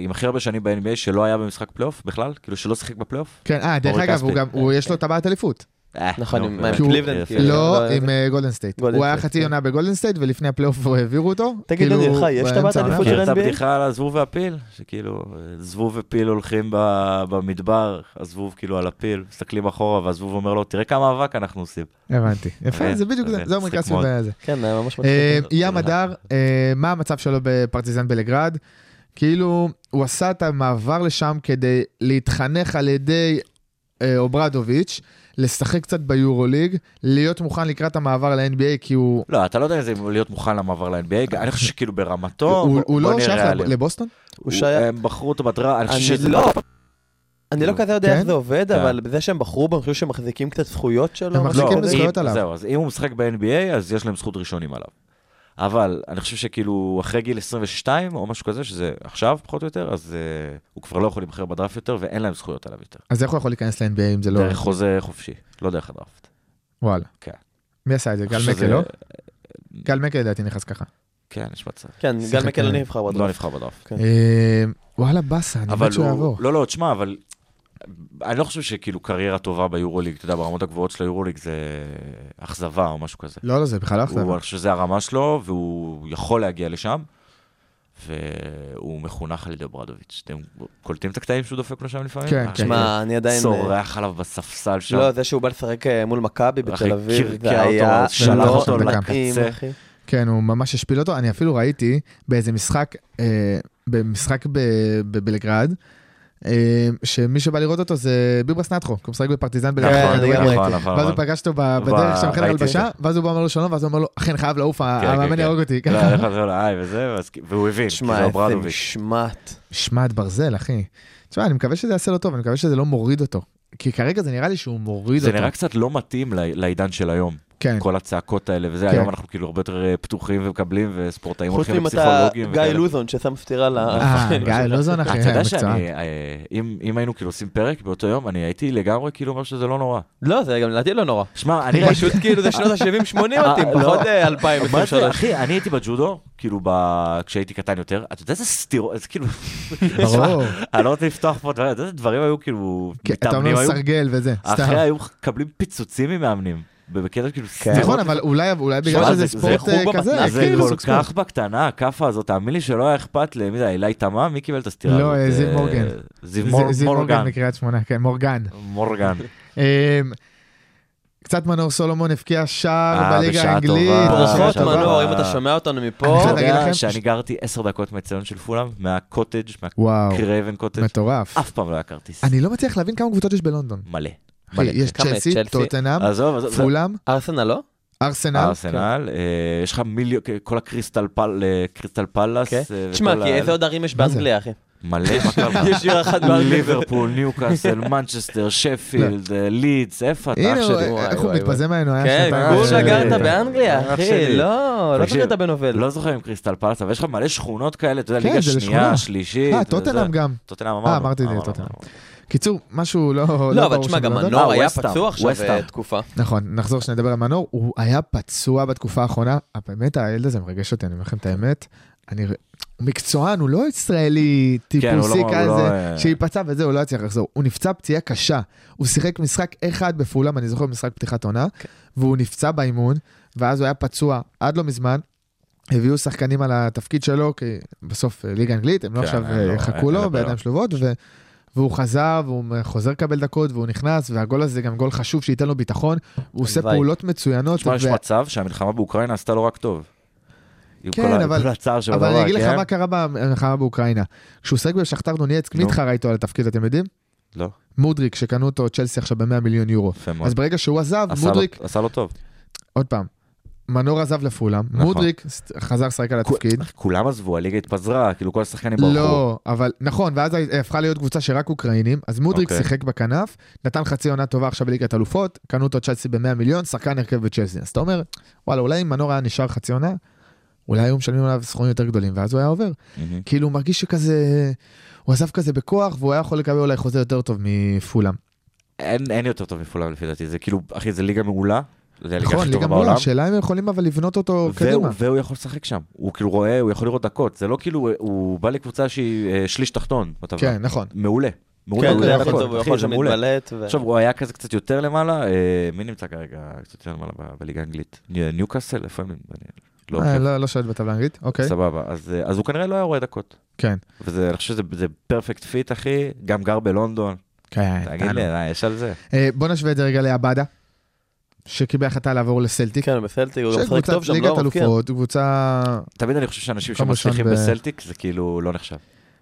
F: עם הכי הרבה שנים ב-NBA שלא היה במשחק פלייאוף בכלל? כאילו שלא שיחק בפלייאוף?
E: כן, אה, דרך
F: עומרי
E: אגב, הוא
F: כספי.
E: גם, הוא יש לו טבעת אליפות.
F: אה,
G: נכון,
F: נו,
G: עם-
F: באמת.
G: עם קליבלנד,
F: יפה.
G: כאילו. כן,
E: לא,
G: לא,
E: עם אה, גולדן סטייט.
G: גולדן
E: הוא היה
G: סטייט,
E: חצי
G: כן.
E: יונה בגולדן סטייט, ולפני הפלייאוף העבירו אותו.
G: תגיד,
E: כאילו,
G: אדיר, חי, יש
E: באמצע
G: טבעת
E: העונה.
G: אליפות?
F: מכיר את
G: של NBA?
F: הבדיחה כן, על הזבוב והפיל? שכאילו, אה, זבוב ופיל הולכים ב- במדבר, הזבוב כאילו על הפיל, מסתכלים אחורה, והזבוב אומר לו, תראה כמה אבק אנחנו עושים.
E: הבנתי. יפה,
F: אה,
E: זה בדיוק זה,
F: אה,
E: זה עומרי
F: מצחיק
E: כספי
F: מאוד.
E: בזה.
G: כן, היה ממש
E: אה,
G: מצחיק.
E: ים הדר, אה, מה המצב שלו בפרטיזן בלגרד? כאילו, הוא עשה את המעבר לשם כדי להתחנך על ידי אה, אוברדוביץ', לשחק קצת ביורוליג, להיות מוכן לקראת המעבר ל-NBA, כי הוא...
F: לא, אתה לא יודע איזה להיות מוכן למעבר ל-NBA, אני חושב שכאילו ברמתו,
E: הוא,
F: בוא-
E: הוא
F: בוא
E: לא
F: נהיה
E: שייך לב-
F: ריאליים.
E: לבוסטון?
G: הוא
F: הוא
G: שייך-
F: הם בחרו אותו בדרה, אני חושב
G: אני
F: שזה... נכון.
G: לא- אני לא כזה יודע
E: כן?
G: איך זה עובד,
F: כן.
G: אבל בזה שהם בחרו בו, אני חושב שהם מחזיקים קצת זכויות שלו. לא,
E: הם
G: משהו
E: מחזיקים
G: כזה.
F: לא, אם-
E: בזכויות עליו.
F: זהו, אז אם הוא משחק ב-NBA, אז יש להם זכות ראשונים עליו. אבל אני חושב שכאילו אחרי גיל 22 או משהו כזה, שזה עכשיו פחות או יותר, אז אה, הוא כבר לא יכול להיבחר בדראפט יותר ואין להם זכויות עליו יותר.
E: אז איך הוא יכול להיכנס ל-NBA אם זה לא...
F: דרך חוזה חופשי, לא דרך הדראפט.
E: וואלה.
F: כן.
E: מי עשה את זה? גל
F: אני חושב
E: מקל,
F: שזה-
E: לא? גל מקל לדעתי נכנס ככה.
F: כן, יש מצב.
G: כן,
E: שיחק,
G: גל מקל לא
E: אה,
G: נבחר בדרך.
F: לא נבחר בדראפט.
G: כן.
E: אה, וואלה, באסה, אני
F: אבל
E: מת שהוא יעבור.
F: הוא... לא, לא, תשמע, אבל... אני לא חושב שכאילו קריירה טובה ביורוליג, אתה יודע, ברמות הגבוהות של היורוליג זה אכזבה או משהו כזה.
E: לא, לא, זה בכלל לא אכזב.
F: הוא, אני חושב שזה הרמה שלו, והוא יכול להגיע לשם, והוא מחונך על ידי ברדוביץ'. אתם קולטים את הקטעים שהוא דופק לו שם לפעמים?
E: כן,
F: אחי,
E: כן.
G: שמע, אני עדיין... אה,
F: צורח עליו בספסל שם.
G: לא, זה שהוא בא לשחק אה, מול מכבי
F: אחי,
G: בתל אביב,
F: קרקע
G: זה
F: אותו,
G: היה...
F: שלח
G: לא
E: אותו
G: מתאים,
F: לקצה.
G: אחי.
E: כן, הוא ממש השפיל אותו. אני אפילו ראיתי באיזה משחק, אה, במשחק ב- בבלגרד, אה, שמי שבא לראות אותו זה ביברס נטחו, כי הוא משחק בפרטיזן
F: נכון,
E: בלגרד.
G: אני
E: הוא
G: גם
E: גם-
F: נכון, נכון,
E: ואז הוא
F: נכון.
E: פגש אותו ב- בדרך שם חדר
F: ראיתי את
E: הלבשה, ואז הוא בא אומר לו שלום, ואז הוא אומר לו, אכן חייב לעוף,
F: כן, כן,
E: המאמן
F: כן.
E: יהרוג אותי.
F: לא, הלך לזה, היי וזה, ואז- והוא הבין, כי
G: שמע,
F: זה
G: איזה
F: ברדוביץ'.
G: משמעת.
E: שמעת ברזל, אחי. תשמע, אני מקווה שזה יעשה לו טוב, אני מקווה שזה לא מוריד אותו. כי כרגע זה נראה לי שהוא מוריד
F: זה
E: אותו.
F: נראה קצת לא מתאים ל- לעידן של היום.
E: כן.
F: כל הצעקות האלה וזה,
E: כן.
F: היום אנחנו כאילו הרבה יותר אה, פתוחים ומקבלים, וספורטאים
G: חוץ
F: הולכים
G: אם אתה
F: לפסיכולוגים.
G: גיא
F: וכאלה.
G: לוזון ששם סטירה ל...
E: אה, גיא, לא זון אחי,
F: אתה יודע
E: מקצוען.
F: שאני, אה, אם אם היינו כאילו עושים פרק באותו יום, אני הייתי לגמרי כאילו אומר שזה לא נורא.
G: לא, זה גם לדעתי לא נורא.
F: שמע, אני ראיתי...
G: פשוט כאילו זה שנות ה-70-80
F: אה,
G: אותי,
F: לא.
G: פחות אה,
F: מה זה,
G: 2023.
F: אחי, אני הייתי בג'ודו, כאילו, ב- כשהייתי קטן יותר, אתה יודע איזה סטירות, זה כאילו,
E: ברור.
F: אני לא רוצה לפתוח פה, אתה יודע איזה דברים היו כאילו,
E: כן, אתה אומר
F: מתאמנים היו,
E: סרגל וזה, סתם.
F: אחרי היו מקבלים פיצוצים ממאמנים, בקטע כאילו
E: נכון,
F: סטירות.
E: אבל אולי אולי בגלל
F: שמע,
E: שזה
F: זה-
E: ספורט
G: זה
E: אה,
G: חוג
E: כזה,
G: במתנ"ס,
F: זה
E: כאילו
F: כל
E: סוג ספורט.
F: כך בקטנה, הכאפה הזאת, תאמין לי שלא היה אכפת למי זה, אילי תמם, מי קיבל את הסטירה
E: לא,
F: הזאת?
E: אה, זיו
F: אה,
E: מורגן.
F: זיו
E: זה-
F: מור-
E: זיו מורגן
F: מורגן.
E: מקריית שמונה, כן, מורגן.
F: מורגן.
E: אמ, קצת מנור סולומון הבקיע שער
F: אה,
E: בליגה
F: בשעה
E: האנגלית.
F: טובה.
E: בשעה
G: ברכות
F: בשעה
E: טובה.
G: מנור,
F: טובה.
G: אם אתה שומע אותנו
E: אני
G: מפה,
E: חושב
F: אתה
E: רוצה להגיד
F: יודע
E: לכם-
F: שאני גרתי עשר דקות מהציון של פולאם, מהקוטג',
E: וואו,
F: מהקרבן קוטג',
E: מטורף.
F: אף פעם לא היה כרטיס.
E: אני לא מצליח להבין כמה קבוצות יש בלונדון.
F: מלא.
E: אחי,
F: מלא.
E: יש
G: כמה?
E: צ'לסי,
G: צ'לסי?
E: טוטנאם,
F: עזוב, עזוב. זה-
E: פולאם,
G: ארסנל לא?
E: ארסנל. כן.
F: ארסנל, אה, יש לך מיליון, כל הקריסטל פל- אה, קריסטל פלאס,
G: כן.
F: אה,
G: תשמע,
F: וכל
G: כי
F: ה-
G: איזה עוד ערים יש
E: מה זה?
G: באנגליה, אחי?
F: מלא, מה קרה?
G: יש עיר אחת באנגליה.
F: ליברפול, ניוקאסל, מנצ'סטר, שפילד, אה, לידס, איפה אתה אח
E: לא. הנה,
F: שלי?
E: הוא-
G: וואי,
E: איך הוא
G: וואי,
E: מתפזם ממנו, היה
G: כן,
E: שנתיים.
F: אח
G: כולה
F: שלי.
G: גרת באנגליה,
F: אח שלי.
G: אחי, לא, לא
F: תקשיב,
G: גרת בנובל.
F: לא זוכר אם קריסטל פלאס, אבל יש לך מלא שכונות כאלה, אתה יודע,
E: כן,
F: ליגה
E: זה
F: שנייה,
E: לשכונה.
F: שלישית.
E: אה,
F: וזה-
E: טוטנאם גם. אה,
F: טוטנאם אמרנו.
E: אמרתי את זה,
F: אמרנו,
E: טוטנאם.
F: אמרנו.
E: קיצור, משהו לא...
G: לא, אבל
E: ברור
G: תשמע,
E: שם
G: גם
E: בלונדון.
G: מנור
F: אה,
G: היה
F: ווסטהאם,
G: פצוע עכשיו
F: ווסטהאם.
G: אה, תקופה.
E: נכון, נחזור שנדבר על מנור, הוא היה פצוע בתקופה האחרונה, אבל באמת הילד הזה מרגש אותי, אני אומר לכם את האמת. אני... ר- הוא מקצוען, הוא לא ישראלי
F: כן, הוא לא-
E: טיפוסי
F: הוא
E: כזה,
F: לא-
E: שייפצע וזה, הוא לא יצליח לחזור. הוא נפצע פציעה קשה, הוא שיחק משחק אחד בפעולם, אני זוכר משחק פתיחת עונה,
F: כן.
E: והוא נפצע באימון, ואז הוא היה פצוע עד לא מזמן. הביאו שחקנים על התפקיד שלו, כי בסוף אה, ליגה אנגלית, הם לא
F: כן,
E: עכשיו
F: אין לו-
E: אה, יחכו
F: אין לו
E: לו
F: בעיה.
E: בידיים שלובות, ו- והוא חזר, והוא חוזר לקבל דקות, והוא נכנס, והגול הזה גם גול חשוב שייתן לו ביטחון, הוא עושה
G: הלוואי.
E: פעולות מצוינות,
F: תשמע, יש
E: ו-
F: מצב שהמלחמה באוקראינה עשתה לו רק טוב. עם
E: כן,
F: כל ה-
E: אבל-
F: כל הצער שבדבר,
E: אבל אני אגיד לך
F: כן?
E: מה קרה במלחמה באוקראינה. כשהוא שיחק בשכתר דונייצק, מי
F: נו.
E: התחרה איתו על התפקיד, אתם יודעים?
F: לא,
E: מודריק, שקנו אותו צ'לסי עכשיו ב-100 מיליון יורו.
F: יפה מאוד.
E: אז ברגע שהוא עזב,
F: עשה לו-
E: מודריק,
F: עשה לו טוב.
E: עוד פעם, מנור עזב לפולאם,
F: נכון.
E: מודריק חזר לשחק על התפקיד.
F: כולם עזבו, הליגה התפזרה, כאילו כל השחקנים ברחו.
E: לא, אבל נכון, ואז היא הפכה להיות קבוצה שרק אוקראינים, אז מודריק
F: אוקיי.
E: שיחק בכנף, נתן חצי עונה טובה עכשיו בליגת אלופות, קנו אותו צ'לסי ב-100 מיליון, שחקן הרכב בצ'לסי. אז אתה אומר, וואלה, אולי אם מנור היה נשאר חצי עונה, אולי היו משלמים עליו סכומים יותר גדולים, ואז הוא היה עובר.
F: מהמם.
E: כאילו, הוא מרגיש שכזה, הוא עזב כזה בכוח, והוא היה יכול לקבל אולי חוזה יותר טוב מפולאם.
F: אין אין יותר טוב מפולאם לפי דעתי, זה כאילו, אחי, זה ליגה מעולה. זה הליגה
E: נכון,
F: הכי
E: ליגה
F: טובה
E: מעולה,
F: בעולם.
E: השאלה אם הם יכולים אבל לבנות אותו
F: והוא,
E: קדימה.
F: והוא יכול לשחק שם, הוא כאילו רואה, הוא יכול לראות דקות, זה לא כאילו, הוא בא לקבוצה שהיא אה, שליש תחתון בטבלה.
E: כן, נכון.
F: מעולה. מעולה,
G: כן,
E: הוא
G: הוא
F: מעולה,
E: יכול,
G: יכול,
F: מעולה.
G: טוב, הוא
F: אחי,
G: יכול
F: זה
G: שם
F: מעולה.
G: להתבלט. ו-
F: עכשיו, הוא היה כזה קצת יותר למעלה, אה, מי נמצא כרגע קצת יותר למעלה ב- בליגה האנגלית? ניו- ניוקאסל? איפה הם? אני לא
E: אה,
F: עוקב.
E: לא לא שולט בטבלה האנגלית, אוקיי.
F: סבבה, אז אה, אז הוא כנראה לא היה רואה דקות.
E: כן.
F: וזה, אני חושב שזה פרפקט פיט, אחי, גם גר בלונדון.
E: כן,
F: תגיד לי, אה, יש על זה.
E: אה, בוא נשווה את זה רגע לעבדה, שקיבל החלטה לעבור לסלטיק.
G: כן, הוא בסלטיק, הוא גם משחק
E: שקבוצת
G: טוב שם,
E: ליגת
G: לא מבקיע.
E: אלופות, קבוצה...
F: תמיד אני חושב שאנשים
E: מקום ראשון
F: שמצליחים
E: ב-
F: בסלטיק, זה כאילו לא נחשב.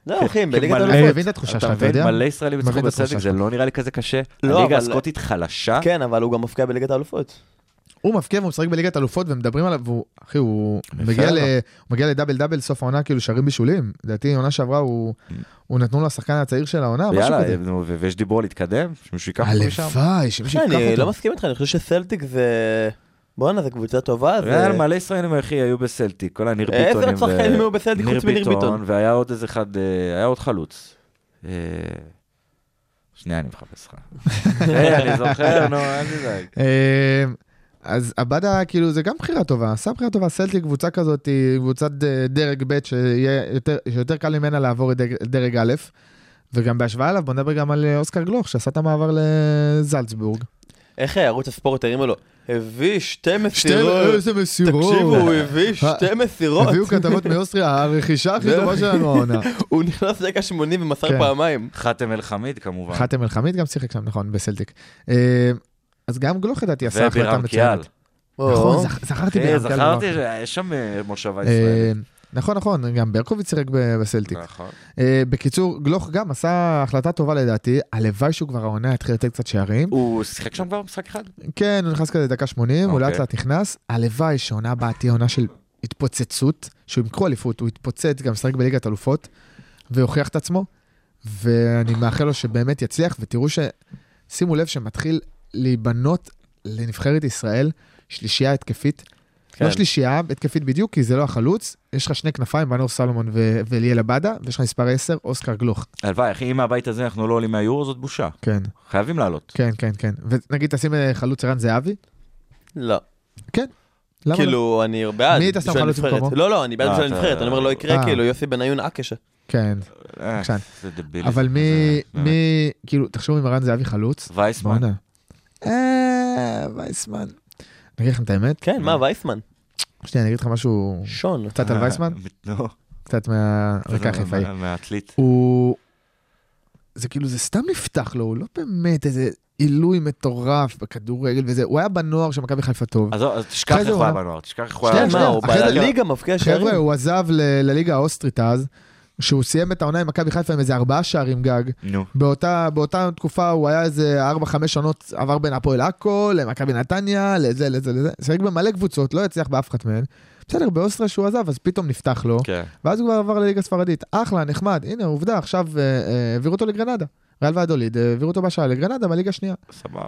G: לא, אחי, הם
F: כי
G: בליגת
F: מלא-
E: אני
G: אלופות.
E: מבין אה, את התחושה שלך,
F: אתה
E: אתה יודע?
F: מבין? מלא ישראלים
E: מבין
F: יצחקו
E: את התחושה
F: בסלטיק, זה
E: שלך.
F: לא נראה לי כזה קשה.
G: לא,
F: הליגה
G: אבל-
F: הסקוטית חלשה.
G: כן, אבל הוא גם מפקיע בליגת האלופות.
E: הוא מבקיע והוא משחק בליגת אלופות ומדברים עליו, והוא... אחי, הוא מגיע ל-
F: לו.
E: הוא מגיע לדאבל דאבל סוף העונה, כאילו שערים בישולים. לדעתי, עונה שעברה, הוא הוא נתנו לו השחקן הצעיר של העונה, משהו
F: יאללה, אה,
E: כזה.
F: נו, ו- ויש דיבור על להתקדם, שמישהו ייקח אותו משם.
E: הלוואי, שמישהו
G: אני
E: ייקח
G: לא
E: אותו.
G: מסכים איתך, אני חושב שסלטיק זה... בואנה, זו קבוצה טובה. זה-
F: ריאל מלא ישראלים אחי היו בסלטיק, כל הניר
G: איזה
F: ביטונים.
G: עוד שחקנים היו בסלטיק חוץ מניר ביטון?
F: והיה עוד איזה אחד, אה, היה עוד חלוץ. אה, שנייה, אני מחפש לך. אה, אני זוכר, נו, אל תדאג.
E: אה, אז עבדה, כאילו, זה גם בחירה טובה, עשה בחירה טובה. סלטיק, קבוצה כזאת, היא קבוצת אה, דרג ב' שיהיה יותר- שיותר קל ממנה לעבור את דרג- דרג א', וגם בהשוואה אליו, בוא נדבר גם על אה, אוסקר גלוך, שעשה את המעבר לזלצבורג.
G: איך ערוץ הספורט הרימו לו? הביא שתי
E: שתי אה,
G: מסירות.
E: איזה מסירות.
G: תקשיבו, הוא הביא שתי מסירות.
E: הביאו כתבות מאוסטריה, הרכישה הכי
G: זה-
E: טובה שלנו העונה.
G: הוא נכנס לדקה 80
E: כן.
G: ומסר פעמיים.
F: חתם אל חמיד כמובן.
E: חתם אלחמיד גם שיחק שם, נכון, בסלטיק. אה, אז גם גלוך לדעתי עשה החלטה
F: ובירם קיאל.
E: מצוינת. נכון, זכ- זכרתי
F: אה,
E: בירם קיאל. דבר
F: זכרתי
E: כזה.
F: שיש שם אה, מושבה
E: אה,
F: ישראלית.
E: נכון, נכון, גם ברקוביץ שיחק ב- בסלטיק.
F: נכון.
E: אה, בקיצור, גלוך גם עשה החלטה טובה לדעתי, הלוואי שהוא כבר העונה יתחיל לתת קצת שערים.
F: הוא שיחק שם כבר משחק אחד?
E: כן, הוא נכנס כזה דקה 80, הוא
F: אוקיי.
E: לאט לאט נכנס. הלוואי שהעונה הבאה תהיה עונה של התפוצצות, שהוא ימכרו אליפות, הוא יתפוצץ, גם משחק בליגת אלופות, ויוכיח את עצמו. ואני מאחל לו שבאמת יצליח, ותראו ש... שימו לב שמתחיל להיבנות לנבחרת ישראל שלישייה התקפית. כן. לא שלישייה התקפית בדיוק, כי זה לא החלוץ. יש לך שני כנפיים, בנור סלומון ו- ואליאל עבדה, ויש לך מספר 10, אוסקר גלוך.
F: הלוואי, אחי, אם מהבית הזה אנחנו לא עולים מהיורו, זאת בושה.
E: כן,
F: חייבים לעלות.
E: כן, כן, כן. ונגיד תשים אה, חלוץ ערן זהבי?
G: לא.
E: למה לא?
G: כאילו, אני בעד.
E: מי היית שם
G: בשביל
E: חלוץ
G: הנבחרת.
E: במקומו?
G: לא, לא, אני בעד
F: אה,
G: בשביל
F: אתה-
G: הנבחרת. אני אומר, לא
E: אה.
G: יקרה, כאילו, יוסי בניון אקשה.
E: כן.
F: אה,
E: עכשיו.
F: זה דבילי.
E: אבל מי,
F: באמת.
E: מי, כאילו, תחשבו אם ערן זהבי חלוץ,
F: וייסמן.
E: בואנה. אה, וייסמן. אני אגיד לכם את האמת,
G: כן,
F: אה.
G: מה, וייסמן?
E: שנייה, אני אגיד לך משהו
G: שון.
E: קצת
F: לא,
E: על וייסמן,
F: נו. לא אה,
E: קצת מהרקע החיפאי.
F: מהעתלית.
E: הוא זה כאילו, זה סתם נפתח לו, הוא לא באמת איזה עילוי מטורף בכדורגל וזה, הוא היה בנוער של מכבי חיפה טוב.
F: עזוב, אז תשכח
E: אחרי
F: איך
E: זה
F: הוא
E: הוא
F: היה
E: אמר-
F: בנוער, תשכח איך הוא
E: שנייה,
F: היה
E: שנייה,
F: בנוער. הוא
E: אחרי
F: בעיה-
E: זה-
G: הליגה מבקיע שערים.
E: חבר'ה, הוא עזב ל- לליגה האוסטרית אז, שהוא סיים את העונה עם מכבי חיפה עם איזה ארבעה שערים גג.
F: נו.
E: באותה, באותה תקופה הוא היה איזה 4-5 שנות עבר בין הפועל עכו למכבי נתניה, לזה, לזה, לזה. שיחק במלא קבוצות, לא הצליח באף אחת מהן. בסדר, באוסטריה שהוא עזב, אז פתאום נפתח לו,
F: כן.
E: ואז הוא כבר עבר לליגה הספרדית. אחלה, נחמד, הנה עובדה, עכשיו אה, אה, העבירו אותו לגרנדה. ריאל ועדוליד, אה, העבירו אותו בשעה לגרנדה מהליגה השנייה.
F: סבבה.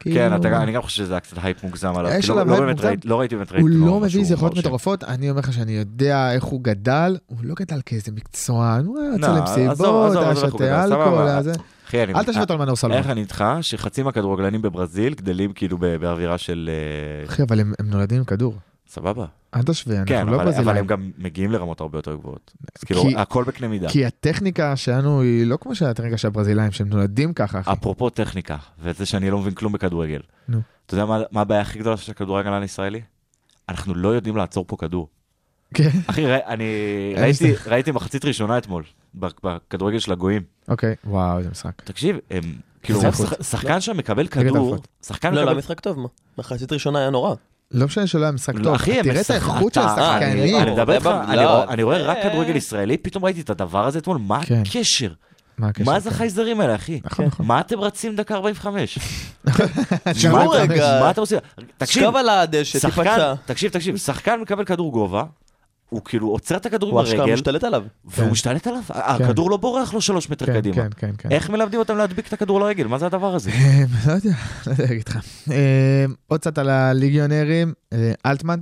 F: כן,
E: כאילו,
F: אתה גם- אני גם חושב שזה היה קצת הייפ מוגזם עליו.
E: יש
F: כי לא-
E: עליו
F: לא
E: הייפ
F: באמת
E: מוגזם.
F: ראיתי- לא ראיתי באמת
E: הוא
F: ראיתי לו
E: לא
F: משהו
E: מביא איזה יכולות
F: מרשים.
E: מטורפות, אני אומר לך שאני יודע איך הוא גדל, הוא לא גדל כאיזה מקצוען, הוא היה יוצא
F: לא, עזוב,
E: למסיבות,
F: עזוב,
E: היה
F: עזוב, איך הוא גדל,
E: שותה אלכוהול,
F: סבבה.
E: היה זה.
F: אחי, אני... אה,
E: אל תשווה אותו למנור סלומון.
F: איך אני איתך? שחצי מהכדורגלנים בברזיל גדלים כאילו ב- באווירה של... אה,
E: אחי, אבל הם הם נולדים עם כדור.
F: סבבה.
E: אל תשווה,
F: כן,
E: אנחנו לא
F: אבל אבל
E: ברזילאים.
F: הם גם מגיעים לרמות הרבה יותר גבוהות. אז כאילו,
E: כי-
F: הכל בקנה מידה.
E: כי הטכניקה שלנו היא לא כמו שהטכניקה של הברזילאים, שהם נולדים ככה, אחי.
F: אפרופו טכניקה, וזה שאני לא מבין כלום בכדורגל.
E: נו.
F: אתה יודע מה- מה הבעיה הכי גדולה של הכדורגלן הישראלי? אנחנו לא יודעים לעצור פה כדור.
E: כן,
F: אחי, ראי- אני
E: אין
F: ראיתי- ראיתי מחצית ראשונה אתמול, בכ- בכדורגל של הגויים.
E: אוקיי, וואו, איזה משחק.
F: תקשיב, הם- כאילו,
E: זה
F: רוב
E: החוץ.
F: שח- שחקן שם מקבל
E: נגד
F: כדור,
E: אלפות.
F: שחקן
G: לא, לא,
F: מקבל...
G: משחק טוב, מה? מחצית ראשונה היה נורא.
E: לא משנה שלא היה משחק
F: לא,
E: טוב,
F: אחי, הם
E: תראה את
F: משחק-
E: האיכות של
F: אתה- אה,
E: השחקנים.
F: אני מדבר איתך,
G: לא,
F: אני
G: לא.
F: רוא- אני רואה רק כדורגל ישראלי, פתאום ראיתי את הדבר הזה אתמול, מה
E: כן.
F: הקשר?
E: מה הקשר?
F: אה,
E: כן,
F: מה זה חייזרים האלה, אחי? כן.
E: נכון, נכון.
F: מה אתם רצים דקה 45?
E: תשמעו
F: מה אתם-
G: רגע.
F: מה אתם עושים? תקשיב,
G: שכב על הדשא,
F: שחקן,
G: תיפצע.
F: תקשיב, תקשיב, שחקן מקבל כדור גובה, הוא כאילו עוצר את הכדור
G: הוא
F: עם
G: אשכרה
F: הרגל,
G: משתלט עליו.
F: והוא
E: כן.
F: משתלט עליו, ה-
E: כן.
F: הכדור לא בורח לו שלוש מטר
E: כן,
F: קדימה.
E: כן, כן, כן.
F: איך מלמדים אותם להדביק את הכדור לרגל? מה זה הדבר הזה?
E: אמ, לא יודע, לא יודע להגיד לך. אמ, עוד קצת על הליגיונרים, אה, אלטמן.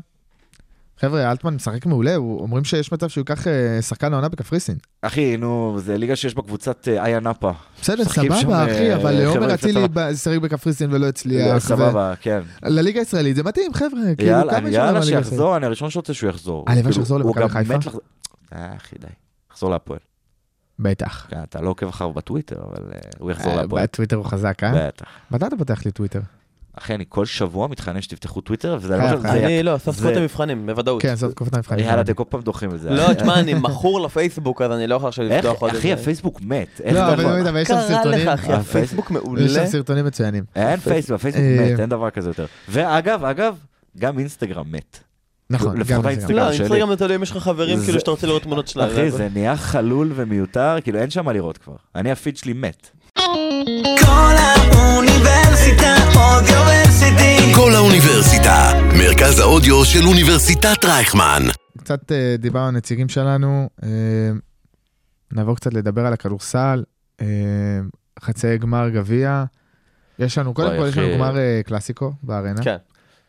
E: חבר'ה, אלטמן משחק מעולה, הוא- אומרים שיש מצב שהוא ייקח אה, שחקן העונה בקפריסין.
F: אחי, נו, זה ליגה שיש בה קבוצת אה, איה נאפה.
E: בסדר,
F: משחקים שם,
E: סבבה, אחי,
F: אה,
E: אבל
F: חבר'ה
E: לעומר
F: לפני
E: אצילי
F: צבא.
E: ב- שיחק בקפריסין ולא הצליח.
F: לא,
E: ו-
F: סבבה, כן.
E: לליגה הישראלית זה מתאים, חבר'ה. כאילו,
F: יאללה,
E: אה, כמה יש לנו
F: יאללה,
E: בליגה הישראלית?
F: שיחזור, אני הראשון שרוצה שהוא יחזור.
E: הלוואי
F: כאילו,
E: שיחזור
F: הוא
E: למכבי
F: גם
E: חיפה?
F: מת לחזור- אה, אחי, די. יחזור להפועל.
E: בטח.
F: כן, אתה לא עוקב אחריו בטוויטר, אבל אה, הוא יחזור
E: אה,
F: להפועל.
E: בטוויטר הוא חזק, אה?
F: בטח.
E: מתי אתה פותח לי טוויטר?
F: אחי, אני כל שבוע מתחנן שתפתחו טוויטר, וזה
E: חייב,
F: לא חושב-
E: חייב.
F: זה-
G: אני לא, סוף
F: זה-
G: סוף המבחנים, בוודאות.
E: כן, זאת תקופת המבחנים.
F: יאללה, אתם כל פעם דוחים את זה.
G: לא, תשמע, אני מכור לפייסבוק, אז אני לא יכול עכשיו
F: איך,
G: לפתוח עוד
F: אחי,
G: איזה-
F: הפייסבוק מת. איך
E: לא,
F: אתה
E: אבל
F: יכול-
E: באמת, אבל יש שם
G: קרה
E: סרטונים,
G: לך, אחי,
F: אה,
G: הפייסבוק מעולה.
E: יש שם סרטונים מצוינים.
F: אין פייסבוק, הפייסבוק
E: אה,
F: מת, אין דבר כזה יותר. ואגב, אגב, גם אינסטגרם מת.
E: נכון,
F: לפחות
E: גם זה.
F: האינסטגרם.
G: לא,
F: גם שלי.
G: אינסטגרם זה תלוי אם יש לך חברים,
F: זה-
G: כאילו, שאתה רוצה לראות תמונות שלהם.
F: אחי, זה נהיה חלול ומיותר, כאילו אין שם מה לראות כבר. אני, הפיד שלי מת.
A: כל האוניברסיטה אודיוורסיטי
H: כל האוניברסיטה, מרכז האודיו של אוניברסיטת רייכמן.
E: קצת אה, דיברנו על הנציגים שלנו, אה, נעבור קצת לדבר על הכדורסל, אה, חצי גמר גביע. יש לנו, קודם
F: אוי,
E: כל יש לנו
F: אחי.
E: גמר אה, קלאסיקו בארנה.
G: כן.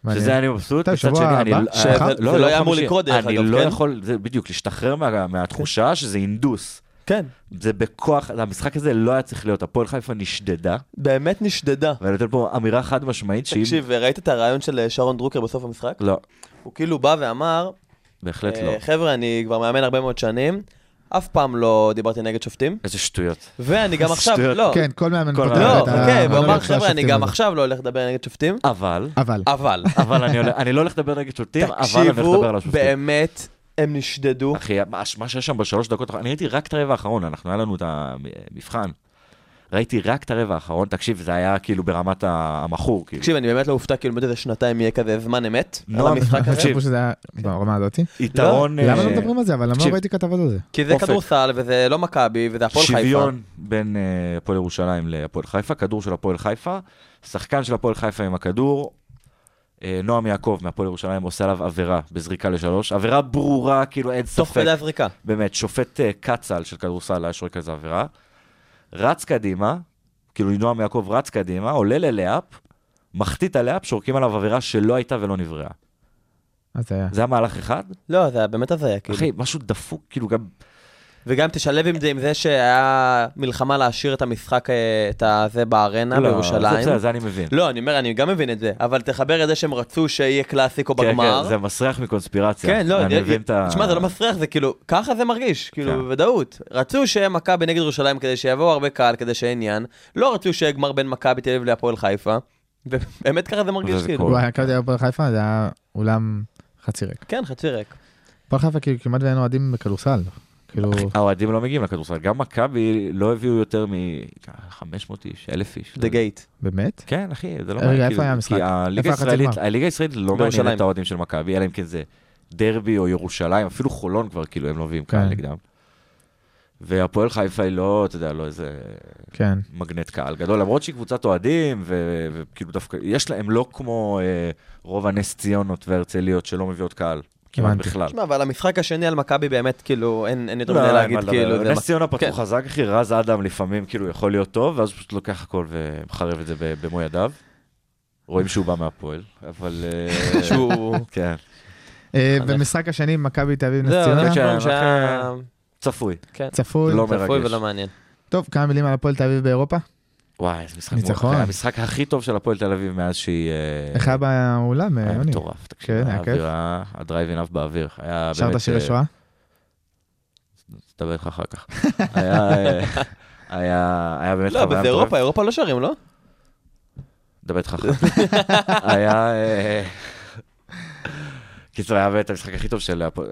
E: מעניין.
F: שזה אני מבסוט,
E: טוב,
F: מצד
E: שבוע
F: שני, אני...
E: הבא?
F: לא-
G: שזה-
F: אה,
G: זה
F: לא,
G: לא
F: לא
G: היה אמור
F: חמישי.
G: לקרות, דרך
F: אני
G: אגב,
F: לא
G: כן?
F: יכול, זה בדיוק, להשתחרר מה- מהתחושה שזה הינדוס.
G: כן,
F: זה בכוח, המשחק הזה לא היה צריך להיות. הפועל חיפה נשדדה,
G: באמת נשדדה.
F: ואני נותן פה אמירה חד משמעית שהיא...
G: תקשיב, ראית את הרעיון של אה, שרון דרוקר בסוף המשחק?
F: לא,
G: הוא כאילו בא ואמר,
F: בהחלט
G: אה,
F: לא.
G: חבר'ה, אני כבר מאמן הרבה מאוד שנים, אף פעם לא דיברתי נגד שופטים,
F: איזה שטויות.
G: ואני גם עכשיו,
F: שטויות.
G: לא,
E: כן, כל מאמן
F: כל
E: פותח
F: מאמן. אוקיי,
G: לא,
E: את ה-
G: כן, הוא אמר,
E: המונולוג של
G: חבר'ה, אני
E: השופטים
G: גם
E: הזה.
G: עכשיו לא הולך לדבר נגד שופטים,
F: אבל,
E: אבל,
G: אבל,
F: אבל אני הולך- אני לא הולך לדבר נגד שופטים, אבל אני הולך
G: תקשיבו,
F: לדבר על השופטים.
G: באמת, הם נשדדו,
F: אחי, מה מה שהיה שם בשלוש דקות, האחרונות- אני ראיתי רק את הרבע האחרון, אנחנו, היה לנו את המבחן. ראיתי רק את הרבע האחרון, תקשיב, זה היה כאילו ברמת ה- המכור, כאילו.
G: תקשיב, אני באמת לא אופתע, כאילו, בעוד איזה שנתיים יהיה כזה זמן אמת, על
F: נועם,
G: המשחק הזה,
F: תקשיב.
E: חשבו שזה היה ברמה הזאתי.
F: יתרון...
E: למה
F: אה,
E: לא מדברים על זה? אבל למה לא
F: תקשיב.
E: ראיתי כתבות על זה?
G: כי זה
F: אופק.
G: כדורסל, וזה לא מכבי, וזה הפועל חיפה.
F: שוויון בין אה, הפועל ירושלים להפועל חיפה, כדור של הפועל חיפה, שחקן של הפועל חיפה עם הכדור, אה, נועם יעקב מהפועל ירושלים עושה עליו עבירה בזריקה לשלוש, עבירה ברורה, כאילו אין
G: תוך
F: ספק,
G: כדי הזריקה.
F: באמת, שופט אה, קצל של כדורסל היה שורק כזה עבירה, רץ קדימה, כאילו נועם יעקב רץ קדימה, עולה ללאפ, מחטיא את הלאפ, שורקים עליו עבירה שלא הייתה ולא נבראה.
E: אז אה, זה היה.
F: זה היה מהלך אחד?
G: לא, זה היה באמת הזיה, כאילו.
F: אחי, משהו דפוק, כאילו גם...
G: וגם תשלב עם זה, עם זה שהיה מלחמה להשאיר את המשחק, אה, את הזה בארנה
F: לא, זה
G: בירושלים.
F: בסדר, זה אני מבין.
G: לא, אני אומר, אני גם מבין את זה, אבל תחבר את זה שהם רצו שיהיה קלאסיקו
F: כן, כן,
G: בגמר.
F: זה מסריח מקונספירציה.
G: כן, לא,
F: אני
G: זה-
F: מבין את ה...
G: תשמע, זה לא מסריח, זה כאילו, ככה זה מרגיש,
F: כן.
G: כאילו, בוודאות. רצו שיהיה מכבי נגד ירושלים כדי שיבואו הרבה קהל, כדי שיהיה עניין. לא רצו שיהיה גמר בין מכבי תל אביב להפועל חיפה. ובאמת ככה זה מרגיש,
F: וזה
G: כאילו.
F: קורה.
E: הוא היה קלטי הפועל חיפה, זה היה אולם חצי ריק.
G: כן, חצי ריק.
E: הפועל חיפה כאילו כמעט ואין אוהדים בכדורסל.
I: כאילו,
F: האוהדים לא מגיעים לכדורסל. גם מכבי לא הביאו יותר מ-500 איש, 1,000 איש.
G: The gate.
E: באמת?
F: כן, אחי, זה לא
E: רגע,
F: מעניין,
E: איפה
F: כאילו,
E: היה המשחק?
F: כי הליגה
E: איפה החצי
F: הישראלית,
E: גמר?
F: הליגה הישראלית לא מעניינת
G: בירושלים.
F: את האוהדים של מכבי, אלא אם כן זה דרבי או ירושלים, אפילו חולון כבר, כאילו, הם לא מביאים קהל
E: כן.
F: נגדם. והפועל חיפה היא לא, אתה יודע, לא איזה
E: כן.
F: מגנט קהל גדול, למרות שהיא קבוצת אוהדים, ו- וכאילו דווקא, יש לה, הם לא כמו אה, רוב הנס ציונות והרצליות שלא מביאות קהל, כמעט
E: הבנתי.
F: בכלל.
G: תשמע, אבל המשחק השני על מכבי באמת, כאילו, אין אין יותר
F: לא,
G: מדי
F: אין
G: להגיד,
F: מה לדבר.
G: כאילו, זה
F: נס
G: מה-
F: ציונה פתחו
G: כן.
F: חזק, אחי, רז אדם לפעמים כאילו יכול להיות טוב, ואז הוא פשוט לוקח הכל ומחרב את זה ב- במו ידיו. רואים שהוא בא מהפועל, אבל... אה,
G: שהוא...
F: כן,
E: אה,
G: הלך.
E: ומשחק השני, מכבי תל אביב נס
G: זהו,
E: ציונה,
F: כן,
G: לא, זה שהיה
F: רק, צפוי.
E: צפוי.
F: לא
G: צפוי
F: מרגש.
G: ולא מעניין.
E: טוב, כמה מילים על הפועל תל אביב באירופה?
F: וואי, איזה משחק
E: ניצחון.
F: מוערך. המשחק הכי טוב של הפועל תל אביב מאז שהיא... אה,
E: איך היה באולם, אה,
F: היה
E: יוני?
F: מטורף, תקשיב,
E: כן,
F: היה
E: היה כיף.
F: אווירה, הדרייבין עף באוויר. היה
E: שרת
F: באמת,
E: שירי
F: אה,
E: שואה?
F: נדבר איתך אחר כך. היה, אה, היה היה באמת
G: לא,
F: חוויה
G: אבל
F: מטורפת.
G: זה אירופה, אירופה לא שרים, לא?
F: נדבר איתך אחר כך. היה... אה, קיצור, היה באמת המשחק הכי טוב של... הפועל.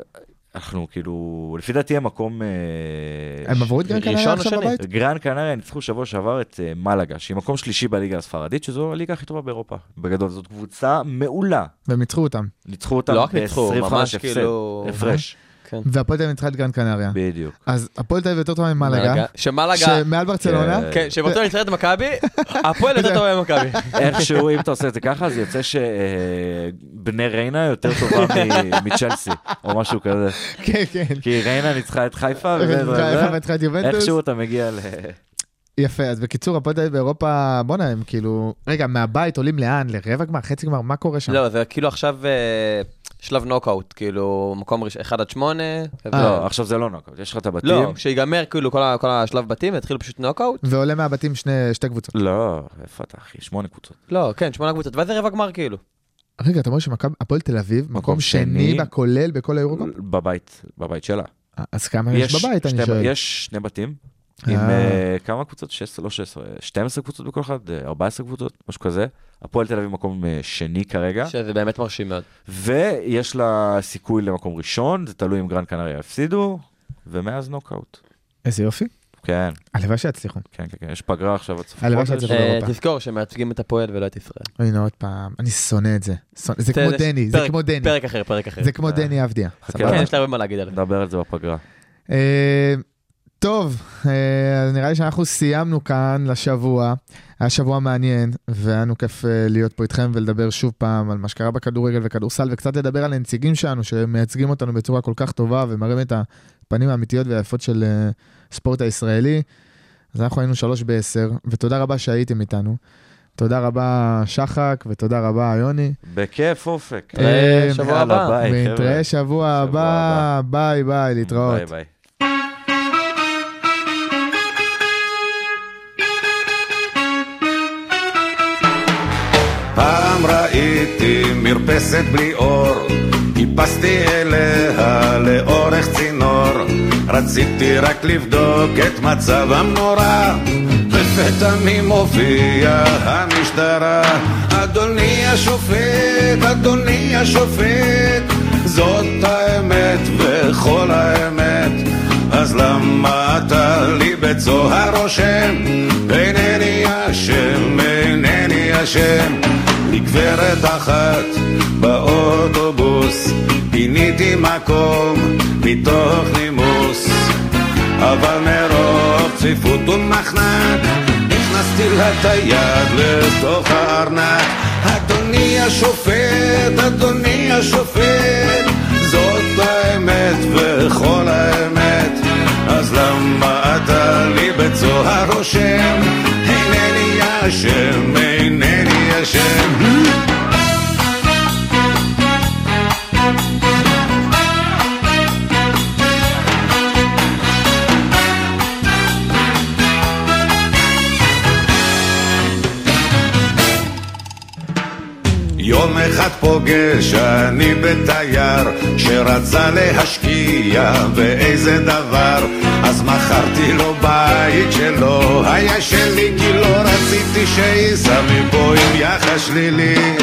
F: אנחנו כאילו, לפי דעתי המקום... אה,
E: הם עברו את גרן
G: ראשון
E: קנריה
G: או
E: עכשיו
G: שני?
E: בבית?
F: גרן קנריה ניצחו שבוע שעבר את אה, מלאגה, שהיא מקום שלישי בליגה הספרדית, שזו הליגה הכי טובה באירופה. בגדול, זאת קבוצה מעולה.
E: והם ניצחו אותם.
F: ניצחו אותה
G: לא רק ניצחו,
F: ב-25
G: ממש
F: הפסד.
G: כאילו...
F: הפרש,
E: אה?
G: כן.
E: והפועל תל אביב ניצחה את גרן קנריה.
F: בדיוק.
E: אז הפועל תל אביב יותר טובה ממלגה,
G: מלאגה. שמלאגה...
E: שמעל ברצלונה,
F: כן.
G: כן, שבטוח נצטרך את מכבי, הפועל יותר טובה ממכבי.
F: איכשהו, אם אתה עושה את זה ככה, אז יוצא שבני ריינה יותר טובה מ- מצ'לסי, או משהו כזה.
E: כן, כן.
F: כי ריינה ניצחה את חיפה, וזה-
E: וניצחה
F: זה-
E: חיפה
F: זה-
E: וניצחה את יובנטוס.
F: כן, איכשהו אתה מגיע ל...
E: יפה, אז בקיצור, הפועל תל אביב באירופה, בואנה, הם כאילו, רגע, מהבית עולים לאן? לרבע גמר, חצי גמר, מה קורה שם?
G: לא, זה כאילו עכשיו אה, שלב נוקאוט, כאילו, מקום ראשון, 1 עד 8.
E: אה,
F: לא, עכשיו זה לא נוקאוט, יש לך את הבתים.
G: לא, כשיגמר כאילו כל ה- כל השלב בתים, יתחיל פשוט נוקאוט.
E: ועולה מהבתים שני- שתי קבוצות.
F: לא, איפה אתה אחי? שמונה קבוצות.
G: לא, כן, שמונה קבוצות, ואז זה רבע גמר כאילו.
E: רגע, אתה אומר שהפועל תל אביב, מקום שני
F: שני.
E: בכולל בכל האירוקום?
F: בבית, בבית שלה.
E: אז כמה אה, יש בבית, אני
F: שתי-
E: שואל.
F: יש שני בתים,
E: אה.
F: עם אה, כמה קבוצות? 16, לא 16, 12 קבוצות בכל אחד, אה, 14 קבוצות, משהו כזה. הפועל תל אביב מקום אה, שני כרגע,
G: שזה באמת מרשים מאוד.
F: ויש לה סיכוי למקום ראשון, זה תלוי אם גרן קנריה יפסידו, ומאז נוקאוט.
E: איזה יופי.
F: כן,
E: הלוואי שיצליחו.
F: כן, כן, כן, יש פגרה עכשיו עד סוף
E: הלוואי
F: החודש.
E: שזה
G: אה,
E: באירופה.
G: תזכור שמייצגים את הפועל ולא את ישראל.
E: הנה עוד פעם, אני שונא את זה. שונא- זה
G: זה-
E: כמו
G: זה
E: דני, זה
G: פרק-
E: כמו דני.
G: פרק אחר, פרק אחר. אה,
E: זה כמו דני אבדיה.
F: חכה,
E: סבבה?
G: כן, יש לי הרבה מה להגיד עליו.
F: נדבר על זה בפגרה.
E: אה, טוב, אה, אז נראה לי שאנחנו סיימנו כאן לשבוע. היה שבוע מעניין, והיה לנו כיף אה, להיות פה איתכם ולדבר שוב פעם על מה שקרה בכדורגל וכדורסל, וקצת לדבר על הנציגים שלנו, שמייצגים אותנו בצורה כל כך טובה ומראים את הפנים האמיתיות והיפות של אה, הספורט הישראלי. אז אנחנו היינו שלוש בעשר, ותודה רבה שהייתם איתנו. תודה רבה שחק, ותודה רבה יוני.
F: בכיף, אופק.
E: אה,
G: שבוע הבא.
F: ביי, חבר'ה.
E: ונתראה שבוע הבא,
F: הבא.
E: ביי ביי, להתראות.
F: ביי ביי.
J: פעם ראיתי מרפסת בלי אור, טיפסתי אליה לאורך צינור, רציתי רק לבדוק את מצבם נורא, לפתע מי מופיע המשטרה. אדוני השופט, אדוני השופט, זאת האמת וכל האמת, אז למה אתה לי בית סוהר רושם? אינני אשם, אינני אשם. לגברת אחת באוטובוס, פיניתי מקום מתוך נימוס. אבל מרוב צפיפות ומחנק, הכנסתי לה את היד לתוך הארנק. אדוני השופט, אדוני השופט, זאת האמת וכל האמת. אז למה אתה לי בית סוהר רושם? אינני אשם, אינני אשם. יום אחד פוגש אני בתייר שרצה להשקיע ואיזה דבר אז מכרתי לו בית שלא היה שלי כי לא רציתי שייסע מבו עם יחס שלילי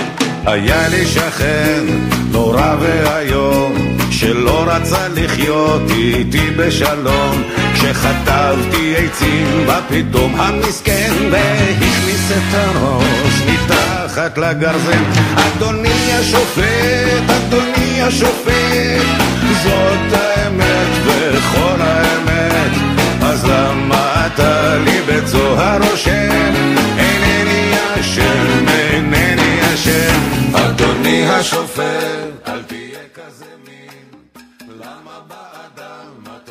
J: היה לי שכן נורא ואיום שלא רצה לחיות לחיות איתי בשלום כשחטבתי עצים בא פתאום המסכן והכניס את הראש מתחת לגרזן אדוני השופט, אדוני השופט זאת האמת וכל האמת אז למה אתה לי בית זוהר רושם? אינני אשם, אינני אשם אדוני השופט, אל תהיה כזה מין למה בא